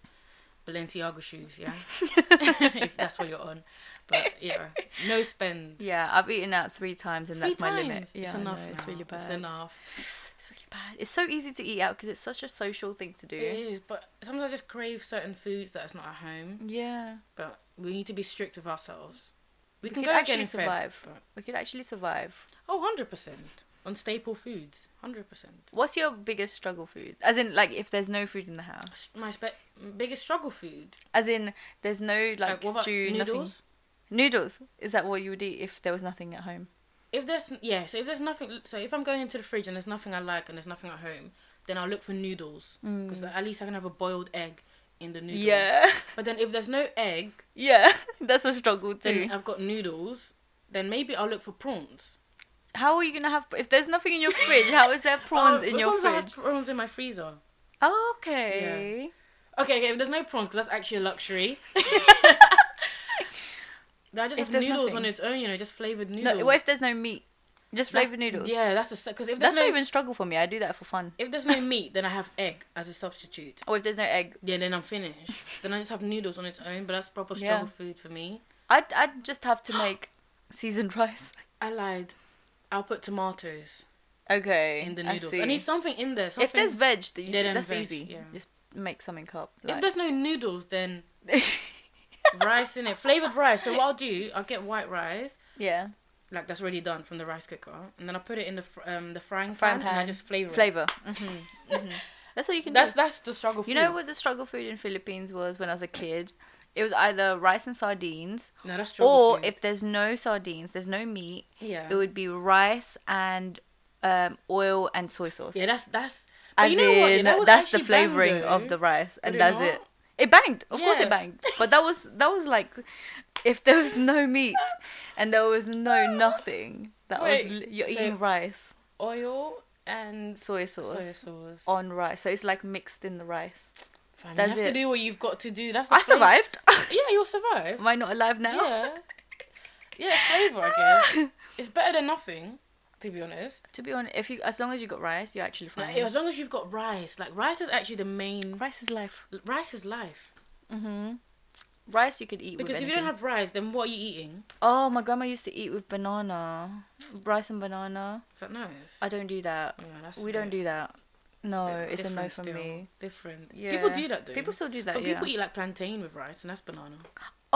Balenciaga shoes, yeah. if that's what you're on, but yeah, no spend.
Yeah, I've eaten out three times and that's
Three
my limit.
times.
Yeah,
it's
I
enough.
know,
now.
It's really bad.
It's enough.
It's really bad. It's so easy to eat out because it's such a social thing to do.
It is, but sometimes I just crave certain foods that's not at home.
Yeah,
But we need to be strict with ourselves. We,
We
can
could
go
actually
again in Feb,
survive.
but-
we could actually survive.
Oh, 100 percent on staple foods. Hundred percent.
What's your biggest struggle food? As in, like, if there's no food in the house.
My spe- biggest struggle food. Uh,
As in, there's no like,
what about
stew,
noodles?
nothing. Noodles. Is that what you would eat if there was nothing at home?
If there's yeah, so if there's nothing, so if I'm going into the fridge and there's nothing I like and there's nothing at home, then I'll look for noodles because at least I can have a boiled egg in the noodle.
Mm. Yeah,
But then if there's no egg,
yeah. That's a struggle too.
then I've got noodles. Then maybe I'll look for prawns.
How are you gonna have if there's nothing in your fridge? How is there prawns
Oh,
in your
sometimes I have
fridge?
prawns in my freezer.
Oh, okay.
Okay, okay. If there's no prawns, because that's actually a luxury. Then I just
If
have
there's
noodles on
nothing.
its own, you know, just flavored noodles.
No, what if there's no meat? Just
That's-
flavored noodles.
Yeah, that's the because if there's
That's
no
not even a struggle for me. I do that for fun.
if there's no meat, then I have egg as a substitute.
Or if there's no egg,
Yeah, then I'm finished. then I just have noodles on its own, but that's proper
Yeah.
struggle food for me.
I'd I'd just have to make seasoned rice.
I lied. I'll put tomatoes
Okay.
in the
I
noodles.
see.
I, need something in there. Something.
if there's veg, that you
Yeah,
should,
then
that's
veg,
easy.
yeah.
Just make something up.
if
Like.
there's no noodles, then rice in it, flavored rice. So what I'll do, I'll get white rice.
yeah.
Like that's already done from the rice cooker, and then I put it in the fr- um the frying,
Frying
pan, and I
pan.
just flavor it.
Flavor. Mm-hmm. That's all you can
That's
do.
that's the struggle.
You know
food.
what the struggle food in Philippines was when I was a kid? It was either rice and sardines,
No, that's struggle.
or
food.
if there's no sardines, there's no meat,
yeah,
it would be rice and um, oil and soy sauce.
yeah, that's that's. but
As
you know what? yeah,
in,
that would
that's the
actually bang,
flavoring
though.
of the rice, and
it
that's
not?
it. It banged, of course
Yeah.
it banged. But that was that was like, if there was no meat, and there was no nothing, that
Wait,
was li- you're
so-
eating rice,
oil and
soy sauce
soy sauce.
on rice, so it's like mixed in the rice.
Fam,
that's
you have
it.
to do what you've got to do. That's the
I
flavor.
survived.
Yeah, you'll survive.
Am I not alive now?
Yeah, yeah, it's flavor. I guess it's better than nothing, to be honest.
To be honest, if you as long as you got rice, you're actually fine.
Like, as long as you've got rice, like rice is actually the main.
rice is life.
Rice is life.
Mhm. Rice you could eat with
Because if you don't
anything.
have rice, then what are you eating?
Oh, my grandma used to eat with banana, rice and banana.
Is that nice? Oh,
I don't do that.
Yeah, that's
We
a
don't
bit-
do that. No,
bit
it's a no
different
for
still.
me.
Different.
Yeah.
People do that though.
People still do that.
But
yeah.
people eat like plantain with rice, and that's banana.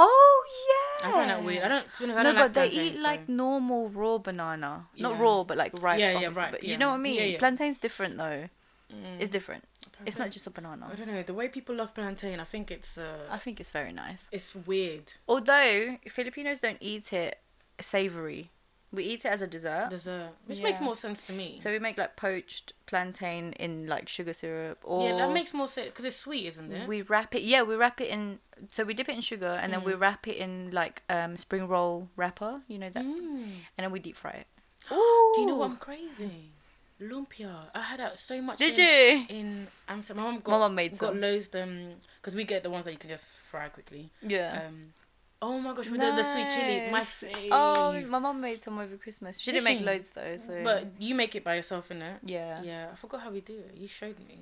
oh yeah.
I find that weird. I don't. To be honest, I
no,
don't
but
like
they
plantain,
eat like
so-
normal raw banana. Not
Yeah.
raw, but like ripe.
Yeah, yeah,
obviously,
ripe,
But
yeah.
you know what I mean.
Yeah, yeah.
Plantain's different though.
Mm.
It's different. It's not just a
I
banana.
don't know. The way people love plantain, I think it's uh,
I think it's very nice.
it's weird.
Although Filipinos don't eat it savory, we eat it as a dessert.
Dessert, which makes
Yeah.
more sense to me.
So we make like poached plantain in like sugar syrup, or
yeah, that makes more sense because it's sweet, isn't it?
we wrap it. Yeah, we wrap it in. So we dip it in sugar, and then we
Mm.
wrap it in like um, spring roll wrapper. You know that,
Mm.
and then we deep fry it.
Do you know what
Ooh.
I'm craving? Lumpia. I had out so much.
Did
in,
you?
In Amsterdam, my mum got
My mum made
got
some.
loads them because we get the ones that you can just fry quickly.
Yeah.
Um, oh my gosh, we did the sweet chili, my
Nice.
fave.
Oh, my mum made some over Christmas. She
Did
didn't make
she?
loads though, so.
but you make it by yourself, innit?
yeah.
Yeah, I forgot how we do it. You showed me.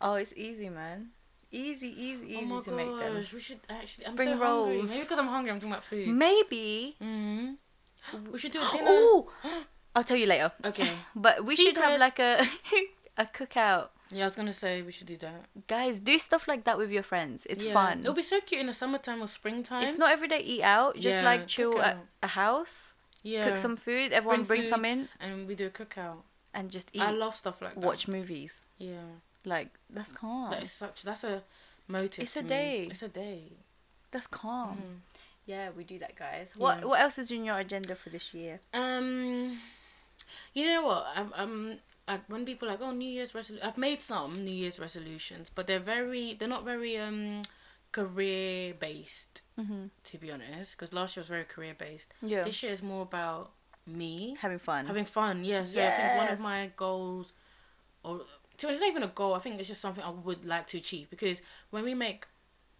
Oh, it's easy, man. Easy, easy, easy
oh my
to make them.
gosh, we should actually. I'm
Spring
so hungry.
rolls.
Maybe because I'm hungry, I'm talking about food.
Maybe.
Mm. We should do a dinner.
Oh, I'll tell you later.
Okay.
But we should
Secret.
have like a a cookout.
Yeah, I was gonna say we should do that.
Guys, do stuff like that with your friends. It's
Yeah.
fun.
It'll be so cute in the summertime or springtime.
It's not every day eat out. Just
Yeah,
like chill at
cookout.
a house,
yeah.
cook some food. Everyone
Bring
brings some
food.
in
and we do a cookout.
and just eat,
I love stuff like that.
watch movies.
Yeah,
Like that's calm.
that is such. That's a motive.
It's
to
a
me.
day.
It's a day.
That's calm.
Mm.
Yeah, we do that, guys. What
Yeah.
What else is in your agenda for this year?
Um, you know what? I'm. I'm I, when people are like, oh, New Year's resolution, I've made some New Year's resolutions, but they're very, they're not very um career based,
Mm-hmm.
to be honest. Because last year was very career based.
Yeah,
This year is more about me
having fun.
having fun. Yeah. So I think one
Yes.
of my goals, or to it's not even a goal. I think it's just something I would like to achieve because when we make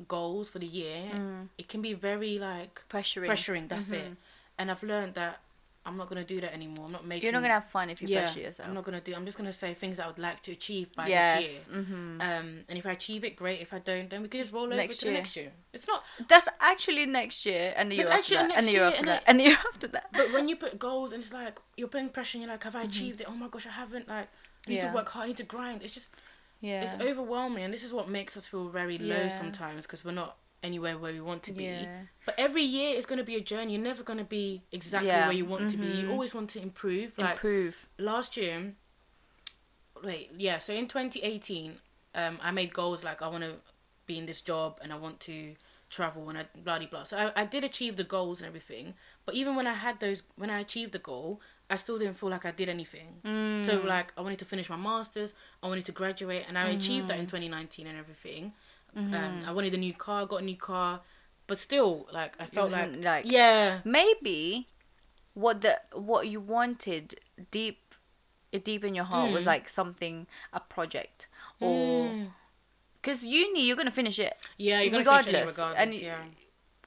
goals for the
Mm.
year, it can be very like
pressuring. Mm-hmm.
pressuring. That's it. And I've learned that I'm not gonna do that anymore. I'm not making.
You're not gonna have fun if you
yeah,
pressure yourself.
I'm not gonna do. I'm just gonna say things I would like to achieve by
yes.
this year.
hmm
Um, and if I achieve it, great. If I don't, then we can just roll over
Next
to
year.
the next year. It's not.
That's actually next year and the year
That's actually
after that, and
next
the year
year,
after
and
that,
I-
and the year after that.
But when you put goals and it's like you're putting pressure, and you're like, have I achieved it? Oh my gosh, I haven't. Like, I need
Mm-hmm. Yeah.
to work hard. I need to grind. It's just
yeah,
it's overwhelming, and this is what makes us feel very
Yeah.
low sometimes because we're not anywhere where we want to be.
yeah,
But every year is going to be a journey. You're never going to be exactly
Yeah.
where you want to be. You
Mhm.
always want to improve. Like
improve.
last year, wait, yeah. So in 2018, um, I made goals like I want to be in this job and I want to travel and I blah de blah. So I, I did achieve the goals and everything. But even when I had those, when I achieved the goal, I still didn't feel like I did anything. So
Mm.
like I wanted to finish my masters, I wanted to graduate, and I
Mm-hmm.
achieved that in 2019 and everything. Um, I wanted a new car, got a new car, but still like I felt like,
wasn't, like-
yeah,
maybe what the what you wanted deep deep in your heart
Mm.
was like something a project or because uni you're gonna finish it
yeah, you're gonna finish anyway
Regardless,
regardless,
and-
yeah,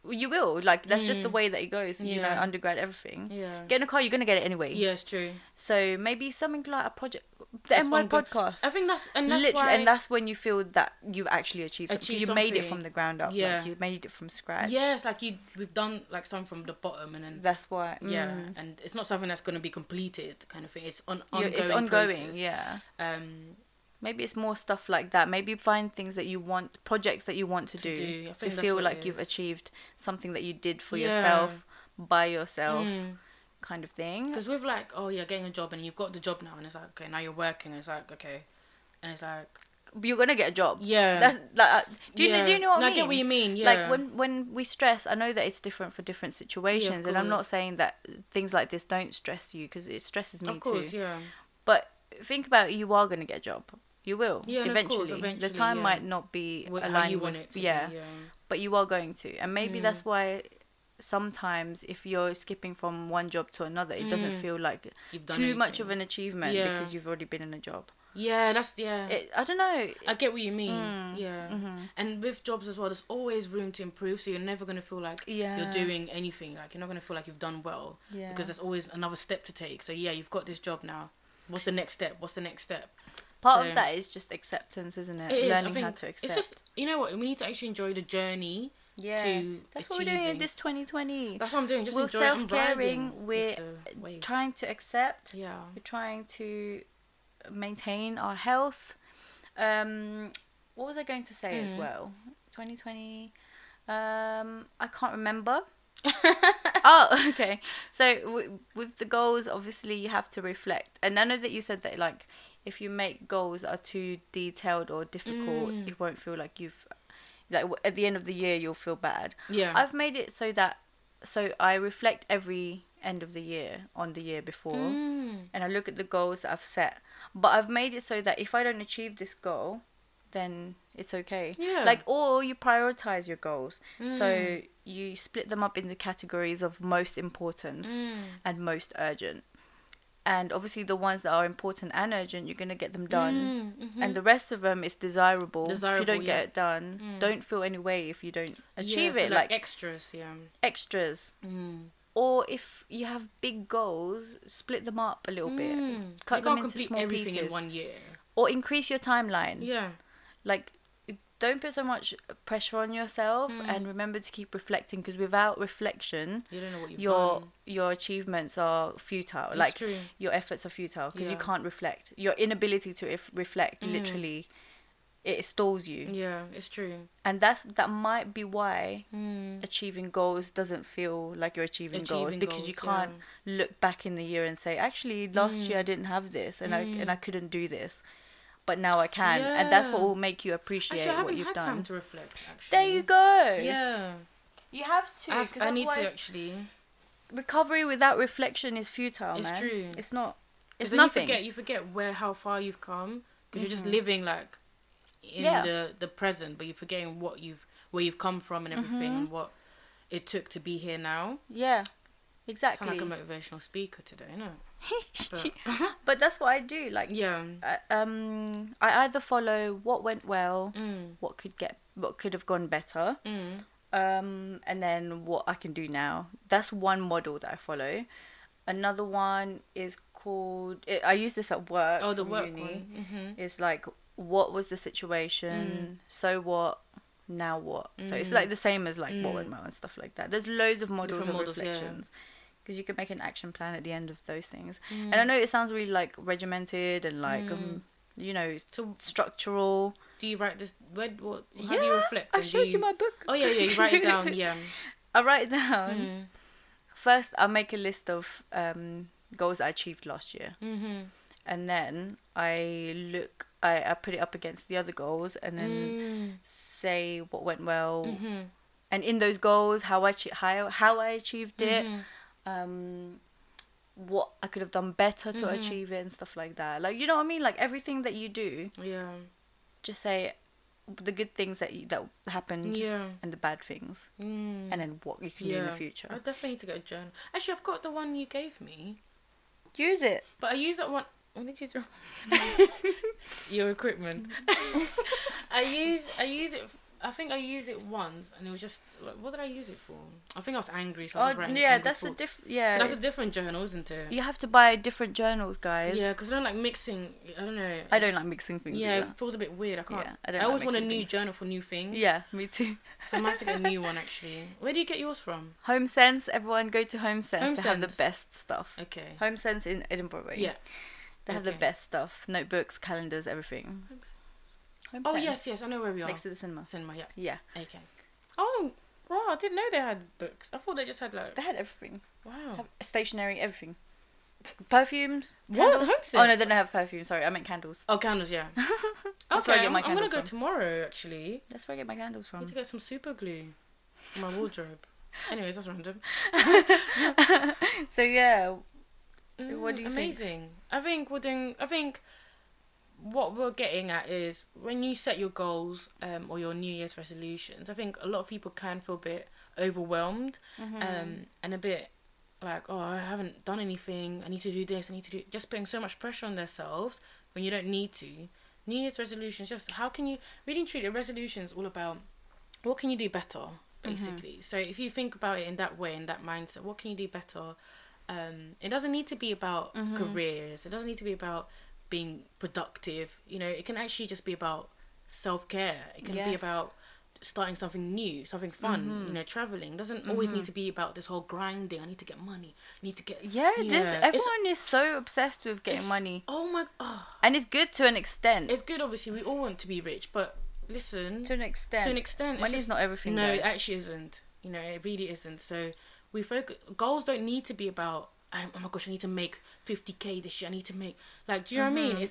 you will like that's just the way that it goes you know
Mm. Yeah.
undergrad everything
yeah,
get in a car you're gonna get it anyway
yeah, it's true.
so maybe something like a project the
It's
M word
ongoing.
podcast
I think that's and that's
literally
why,
and that's when you feel that you've actually achieved something 'cause
Achieved
you made it
something.
from the ground up
Yeah.
like you made it from scratch
yes, like you we've done like some from the bottom and then
that's why
yeah,
mm.
and it's not something that's gonna be completed kind of thing. It's on
You-
ongoing.
it's ongoing
process.
yeah
Um,
Maybe it's more stuff like that. Maybe find things that you want, projects that you want to,
To do. I
do, to
think that's
feel
what it
like you've
is.
achieved something that you did for
Yeah.
yourself, by yourself,
mm.
kind of thing.
Because with like, oh, you're getting a job and you've got the job now, and it's like, okay, now you're working. It's like, okay, and it's like,
You're gonna get a job.
yeah,
That's like, uh, do you know,
yeah.
do you know what
No,
I mean?
get what you mean. Yeah,
Like when when we stress, I know that it's different for different situations, and I'm not
course.
saying that things like this don't stress you because it stresses me
of course,
too.
yeah,
But think about it, you are gonna get a job. You will
Yeah, no, of
eventually.
course,
The
eventually,
time
yeah.
might not be
Wh- how
aligned
you
with
want it. To
yeah,
be, yeah.
but you are going to and maybe
Mm.
that's why sometimes if you're skipping from one job to another it doesn't feel like
You've Mm. done
too much of
anything.
an achievement
Yeah.
because you've already been in a job
yeah, that's yeah.
it, i don't know
I get what you mean.
Mm,
Yeah. And with jobs as well, there's always room to improve. So you're never gonna feel like
yeah
you're doing anything. Like you're not gonna feel like you've done well
yeah.
because there's always another step to take. So yeah, you've got this job now. What's the next step? What's the next step?
part of
so-
that is just acceptance isn't it,
It is, I
learning how
think
to accept
It's just you know what we need to actually enjoy the journey.
yeah
to
that's what we're doing
achieving.
in this 2020
That's what I'm doing. Just
We're
enjoy it. I'm
self-caring,
riding
we're
with the waves.
trying to accept
Yeah.
we're trying to maintain our health um what was i going to say as
Mm.
well 2020 um i can't remember oh okay so w- with the goals obviously you have to reflect and i know that you said that like if you make goals that are too detailed or difficult
Mm.
it won't feel like you've like w- at the end of the year you'll feel bad
Yeah.
I've made it so that so I reflect every end of the year on the year before
Mm.
and I look at the goals that I've set. But I've made it so that if I don't achieve this goal, then it's okay.
Yeah.
Like or you prioritize your goals. So
Mm.
you split them up into categories of most importance
Mm.
and most urgent. And obviously the ones that are important and urgent, you're going to get them done
Mm, mhm.
and the rest of them is desirable. if
Desirable,
you don't
yeah.
get it done,
Mm.
don't feel any way if you don't achieve
Yeah, so
it. Like,
extras. Yeah.
extras,
Mm.
or if you have big goals, split them up a little bit,
Mm. 'Cause
Cut
you
them
can't
into
complete
small
everything in
pieces. Mm.
one year.
or increase your timeline.
Yeah.
Like, don't put so much pressure on yourself,
Mm.
and remember to keep reflecting because without reflection,
You don't know what you've
your
done.
your achievements are futile.
It's
like
true.
your efforts are futile because you
Yeah. Mm.
can't reflect. Your inability to if- reflect literally it stalls you,
Yeah, it's true.
and that's that might be why achieving goals doesn't feel like you're achieving, goals
Achieving
because you
goals, Mm.
can't look back in the year and say actually last year I didn't have this and I and I couldn't do this but now I can and that's what
Yeah.
will make you appreciate
Actually, I haven't
what you've
had
done
time to reflect. Actually,
there you go
Yeah,
you have to
I, have,
'cause
I need to
otherwise
actually.
recovery without reflection is futile
It's
man.
true.
it's not
'cause
it's
then
nothing Mm-hmm.
You forget, you forget where how far you've come because you're just living like in
Yeah.
the the present, but you're forgetting what you've where you've come from and everything
Mm-hmm.
and what it took to be here now.
yeah
Sound
exactly
like a motivational speaker today, no?
but that's what I do like
Yeah.
I- um I either follow what went well
Mm.
what could get what could have gone better
Mm.
um, and then what I can do now. That's one model that I follow. Another one is called. It, I use this at work.
Oh, the
from
work
uni.
one. hmm
It's like, what was the situation? So what? Now what? So it's like the same as like what went well and stuff like that. There's loads of Mm. models
Different
and
models, yeah.
reflections. Because you can make an action plan at the end of those things. And I know it sounds really like regimented and like, um, you know,
So
structural.
do you write this? Where? What? How do you reflect?
I
and do
showed you... my book. Mm.
Oh yeah, yeah. You write it down. Yeah. Mm-hmm.
I write it down. First, I make a list of um, goals I achieved last year,
Mm-hmm.
and then I look. I, I put it up against the other goals, and then say what went well,
Mm-hmm. hmm,
and in those goals, how I achi- how how I achieved it,
Mm-hmm.
um, what I could have done better
Mm-hmm.
to achieve it, and stuff like that. Like you know what I mean? Like everything that you do,
Yeah.
just say the good things that you, that happened
Yeah.
and the bad things,
Mm.
and then what you can do in the future.
I definitely need to get a journal. Actually, I've got the one you gave me,
Use it.
but I use that one. What did you draw? Your equipment. I use I use it. I think I used it once, and it was just like, what did I use it for? I think I was angry. So I
Oh
was writing
yeah,
angry
that's a
thoughts.
different. Yeah,
So that's a different journal, isn't it?
you have to buy different journals, guys.
Yeah, because I don't like mixing. I don't know.
I don't
it's-
like mixing things.
Yeah,
Yeah,
it feels a bit weird. I can't.
Yeah, I
I,
don't like
always want a
mixing
new
things.
journal for new things.
yeah, me too.
So I might have to get a new one actually. Where do you get yours from?
Home Sense, everyone go to Home Sense. they have the
HomeSense.
best stuff.
Okay.
Home Sense in Edinburgh. Way.
Yeah.
they have the
okay.
best stuff: notebooks, calendars, everything. Home
Oh
Sense,
yes, yes, I know where we are.
next to the cinema.
Cinema. Yeah.
Yeah,
Okay. Oh, wow! I didn't know they had books. I thought they just had like.
they had everything:
Wow.
have stationery, everything, perfumes.
What?
candles.
Home Sense?
Oh no, they don't have perfume. Sorry, I meant candles.
Oh, candles. Yeah.
That's
okay,
where I get
I'm,
my
I'm gonna
candles
go
from. Um,
tomorrow. Actually,
That's where I get my candles
I
from.
need to get some super glue. For my wardrobe. Anyways, that's random.
So yeah,
Mm,
What do you think?
amazing. I think we're doing. I think what we're getting at is when you set your goals um, or your New Year's resolutions. I think a lot of people can feel a bit overwhelmed
Uh,
um, and a bit like, oh, I haven't done anything. I need to do this. I need to do just putting so much pressure on themselves when you don't need to. New Year's resolutions. Just how can you really and truly? a Resolution is all about what can you do better basically so if you think about it in that way in that mindset what can you do better um it doesn't need to be about careers it doesn't need to be about being productive you know it can actually just be about self-care it can be
Yes.
about starting something new something fun
Mm-hmm.
you know traveling doesn't always need to be about this whole grinding i need to get money i need to get
Yeah, this
Yeah. It's-
everyone is so obsessed with getting
it's-
money,
oh my oh,
and it's good to an extent.
it's good obviously we all want to be rich but listen
to an extent.
to an extent it's
money's
just-
not everything.
no
No,
it actually isn't you know it really isn't so we focus goals don't need to be about "Oh, oh my gosh i need to make 50k this year i need to make like do you know what i
Mm-hmm,
mean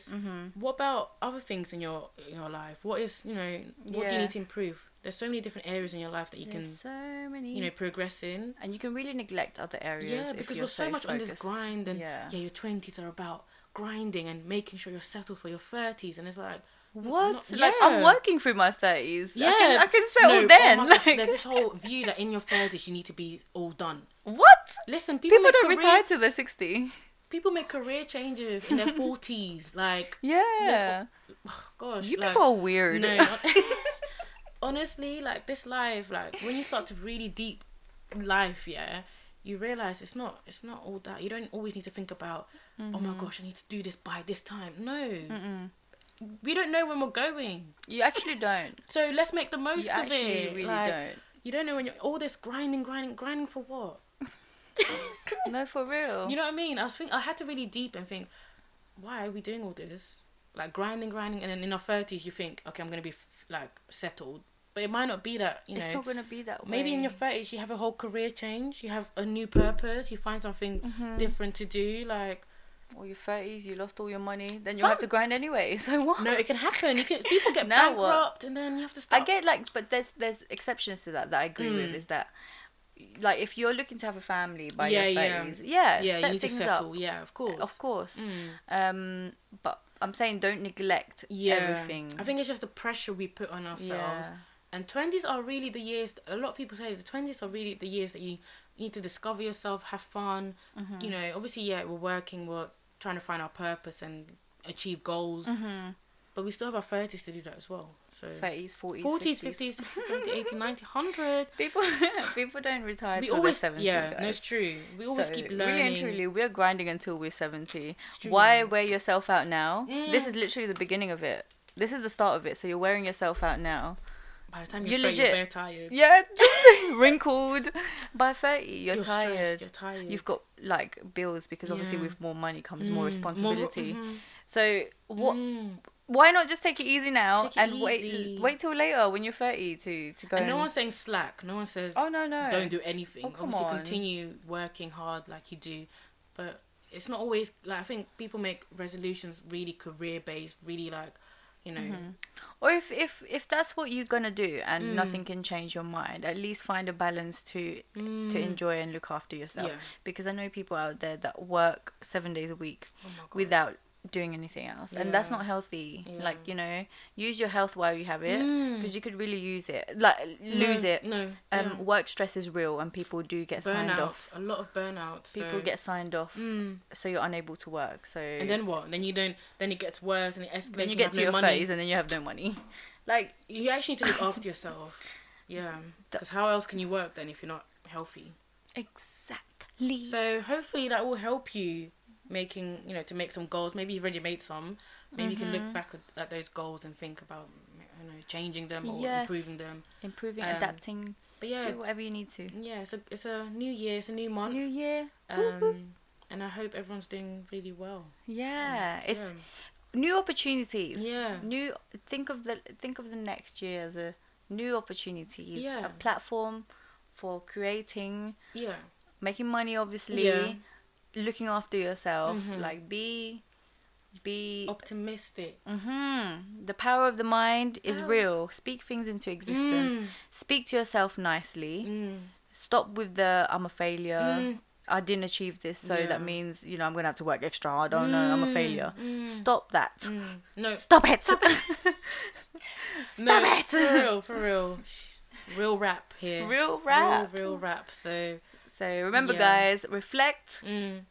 it's what about other things in your in your life what is you know what do
Yeah.
you need to improve there's so many different areas in your life that you
there's
can
so many,
you know progress in
and you can really neglect other areas.
yeah
if
because
you're
we're so, much on this
focused.
grind and
Yeah.
yeah. your 20s are about grinding and making sure you're settled for your 30s and it's like n-
What?
not-
Like I'm
Yeah.
working through my thirties.
Yeah,
I can, I can
No,
settle
oh
then.
my gosh,
like
there's this whole view that in your thirties you need to be all done.
what?
Listen, people,
People
make
don't
career,
retire till they're sixty.
People make career changes in their forties. Like,
Yeah,
gosh,
you
like,
people are weird.
No, hon- honestly, like this life, like when you start to really deep life, yeah, you realize it's not, it's not all that. You don't always need to think about, oh
Mm-hmm.
my gosh, I need to do this by this time. No, we don't know when we're going,
you actually don't.
so let's make the most
You
of
actually
it.
really
like, You don't know when you're all this grinding, grinding, grinding for what?
don't. No, for real.
You know what I mean? I was think I had to really deep and think, why are we doing all this? Like grinding, grinding, and then in our thirties you think, okay, I'm gonna be f- like settled, but it might not be that. You
it's
know,
not gonna be that way.
maybe in your thirties you have a whole career change, you have a new purpose, you find something
Mm-hmm.
different to do. Like,
or your thirties, you lost all your money, then you
Fuck.
have to grind anyway. So what?
no, it can happen. You can, people get
Now what?
bankrupt, and then you have to start.
I get like, but there's there's exceptions to that that I agree
Mm.
with. Is that like if you're looking to have a family by
Yeah,
your
yeah.
thirties, yeah,
yeah,
set
you need to
things
settle.
up,
Yeah, of course.
of course.
Mm.
Um, but I'm saying don't neglect
yeah.
everything.
I think it's just the pressure we put on ourselves.
Yeah.
And twenties are really the years. A lot of people say the twenties are really the years that you need to discover yourself, have fun.
Mm-hmm.
You
Mm-hmm.
know, obviously, yeah, we're working, we're trying to find our purpose and achieve goals. But we still have our thirties to do that as well. So
30s,
40s,
40s, 50s.
50s, 60s, 70s, 80s, 90s, 100.
People, people don't retire
We
till
always,
they're 70.
yeah,
guys.
no, it's true. We always
So,
keep
Really and
learning.
truly, we're grinding until we're 70.
true,
Why
yeah.
wear yourself out now? This
Mm.
is literally the beginning of it. This is the start of it. So you're wearing yourself out now.
By the time
You're
you're, 30, you're
legit.
very tired.
Yeah, just wrinkled. By 30, you're,
You're stressed,
tired.
You're tired.
You've got like bills because obviously
Yeah.
with more money comes more
Mm,
responsibility.
mhm,
So what?
mm.
Why not just take it easy now
Take it
and
easy.
wait? Wait till later when you're 30 to to go.
And no
and-
one's saying slack. No one says
oh no no.
don't do anything.
Oh, come
Obviously,
on.
continue working hard like you do, but it's not always like I think people make resolutions really career based, really like you know.
Mm-hmm. or if if if that's what you're gonna do and
Mm.
nothing can change your mind at least find a balance to to
Mm.
enjoy and look after yourself
Yeah.
because i know people out there that work seven days a week
Oh my God.
without doing anything else and that's
Yeah.
not healthy
Yeah.
like you know use your health while you have it
Mm.
because you could really use it like lose
No,
it
No,
um
yeah.
work stress is real and people do get signed
burnout.
off
A lot of burnout.
people
so-
get signed off
Mm.
so you're unable to work so
And then what? Then you don't. Then it gets worse, and it escalates.
when you
and
get
have
to
no
your
money.
phase and then you have no money like
You actually need to look after yourself. Yeah.
That-
Because how else can you work then if you're not healthy?
exactly
So hopefully that will help you making you know to make some goals. Maybe you've already made some. Maybe you can
Mm-hmm.
look back at, at those goals and think about you know changing them or
Yes.
improving them.
improving,
Um,
adapting,
But yeah,
do whatever you need to.
yeah. It's a it's a new year. It's a new month.
New year, whoop, whoop.
um, and I hope everyone's doing really well.
yeah, it's
yeah.
new opportunities.
Yeah.
new. Think of the think of the next year as a new opportunities.
Yeah.
a platform for creating,
Yeah.
making money, obviously,
Yeah.
looking after yourself.
Mhm.
Like be, be.
Optimistic.
hmm The power of the mind is
Power.
real. Speak things into existence.
Mm.
Speak to yourself nicely.
Mm.
Stop with the I'm a failure.
Mm.
I didn't achieve this, so
Yeah.
that means you know I'm gonna have to work extra hard. Oh no, I'm a
Mm,
failure.
mm.
Stop that.
Mm. No.
Stop it. Stop it.
no, For real. For real. Real rap here.
Real rap.
Real, real rap. So.
So remember,
Yeah.
guys, reflect,
Mm.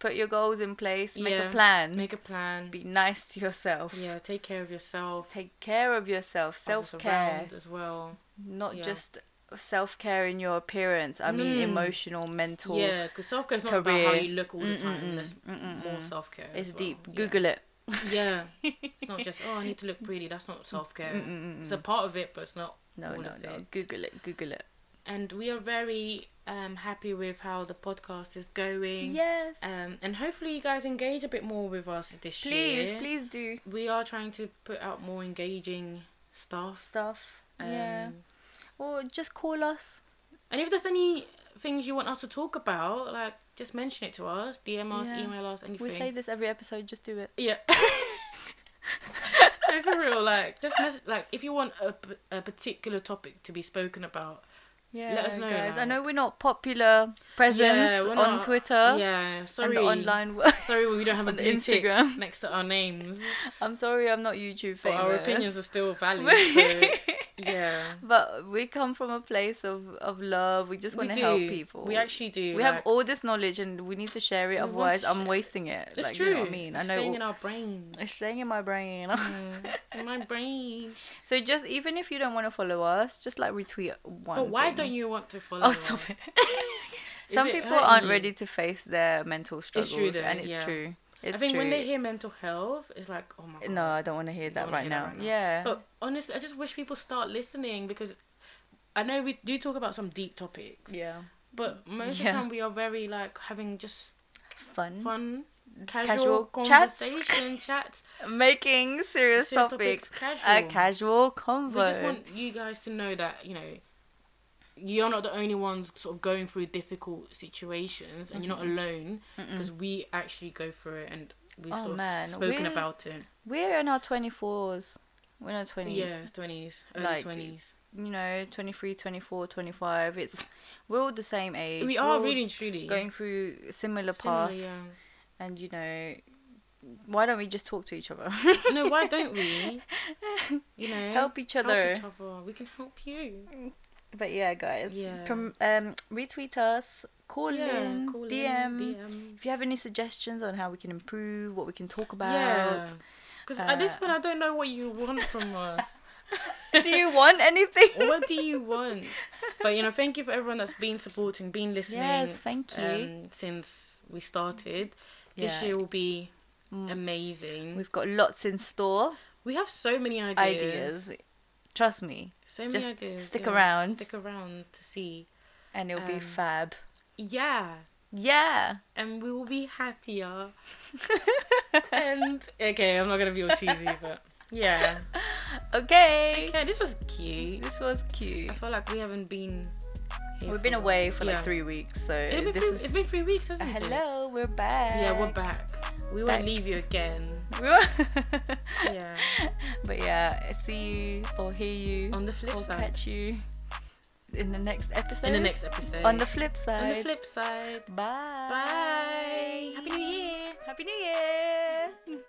put your goals in place, make
Yeah.
a plan,
Make a plan.
be nice to yourself.
Yeah, take care of yourself.
Take care of yourself.
others
Self care,
around as well.
not
Yeah.
just self care in your appearance. I mean,
Mm.
emotional, mental. Mm,
Yeah, because self care is not about how
Career.
you look all the time.
Mm-mm-mm,
There's more
mm-mm-mm.
self care.
mm, It's deep.
Yeah.
Google it.
Yeah, it's not just oh I need to look pretty. That's not self care.
Mm-mm-mm.
It's a part of it, but it's not.
No,
all
no,
of
no.
it.
Google it. Google it.
And we are very um happy with how the podcast is going.
Yes.
Um, and hopefully you guys engage a bit more with us this
Please,
year.
please do.
We are trying to put out more engaging stuff.
stuff.
Um,
yeah. Or just call us.
And if there's any things you want us to talk about, like just mention it to us, DM us,
Yeah.
email us, anything.
We say this every episode, just do it.
yeah. no, for real, like just mess- like if you want a, p- a particular topic to be spoken about,
Yeah,
us know,
guys. I
like-
know we're not popular presence
Yeah, we're
on
not-
Twitter
Yeah,
and
sorry.
the online world.
Sorry, we don't have a
on the
blue tick
Instagram.
next to our names,
I'm sorry, I'm not YouTube famous.
but our opinions are still valid. so, yeah,
But we come from a place of, of love. We just
we
want to
do.
help people.
We actually do.
we
like,
have all this knowledge and we need to share it.
want to
Otherwise, I'm
share it.
wasting it.
It's
like,
true.
You know what I mean,
It's
I know
staying
all-
in our brains.
it's staying in my brain.
Mm, in my brain.
so just even if you don't want to follow us, just like retweet one.
But why
thing.
don't you want to follow?
Oh, stop
us?
it.
Is
Some
it
people
hurting
aren't
you?
ready to face their mental
true
struggles,
though,
and it's
yeah.
true. It's
I think
true.
when they hear mental health, it's like, oh my god.
no, I don't want to hear that
wanna
right
hear
now.
that right now.
Yeah,
But honestly, I just wish people start listening because I know we do talk about some deep topics,
yeah,
but most
Yeah.
of the time we are very like having just
fun.
fun,
Casual
casual,
chats.
conversation chats,
Making serious,
serious
topics,
casual.
a casual
we
convo.
just want you guys to know that you know you're not the only ones sort of going through difficult situations, and you're not alone because we actually go through it and we've
Oh,
sort of
man,
spoken
we're-
about it.
We're in our twenty fours. We're in our twenties.
Yeah, it's twenties, early
Like,
twenties.
You know, 23, 24, 25. It's we're all the same age.
We
We're
are
all
really and truly
going through
similar,
similar paths,
yeah.
and you know, why don't we just talk to each other?
No, why don't we? You know,
Help each
help
other.
each other. We can help you.
But yeah, guys.
Yeah.
Prom- um, retweet us, call
yeah,
in,
call in,
DM.
DM.
If you have any suggestions on how we can improve, what we can talk about,
Yeah, Because at this
Uh,
point, I don't know what you want from us.
Do you want anything?
what do you want? But you know, thank you for everyone that's been supporting, been listening.
Yes, thank you.
Um, since we started, this
Yeah. Mm.
year will be amazing.
We've got lots in store.
We have so many ideas.
Ideas. Trust me.
So many
Just
ideas.
stick
yeah.
around.
Stick around to see.
And it'll
Um,
be fab.
Yeah.
Yeah.
And we will be happier. and okay, I'm not gonna be all cheesy, but yeah.
Okay.
Okay, this was cute.
This was cute.
I feel like we haven't been. here
We've
for
been
long.
away for like
Yeah.
three weeks, so
It's been,
this
three,
is.
it's been three weeks, hasn't it?
Hello, we're back.
Yeah, we're back. We won't
Back.
leave you again. Yeah.
But yeah, see you or hear you
On the flip
or
side.
catch you in the next episode.
In the next episode.
On the flip side.
On the flip side.
Bye.
Bye. Happy New Year.
Happy New Year.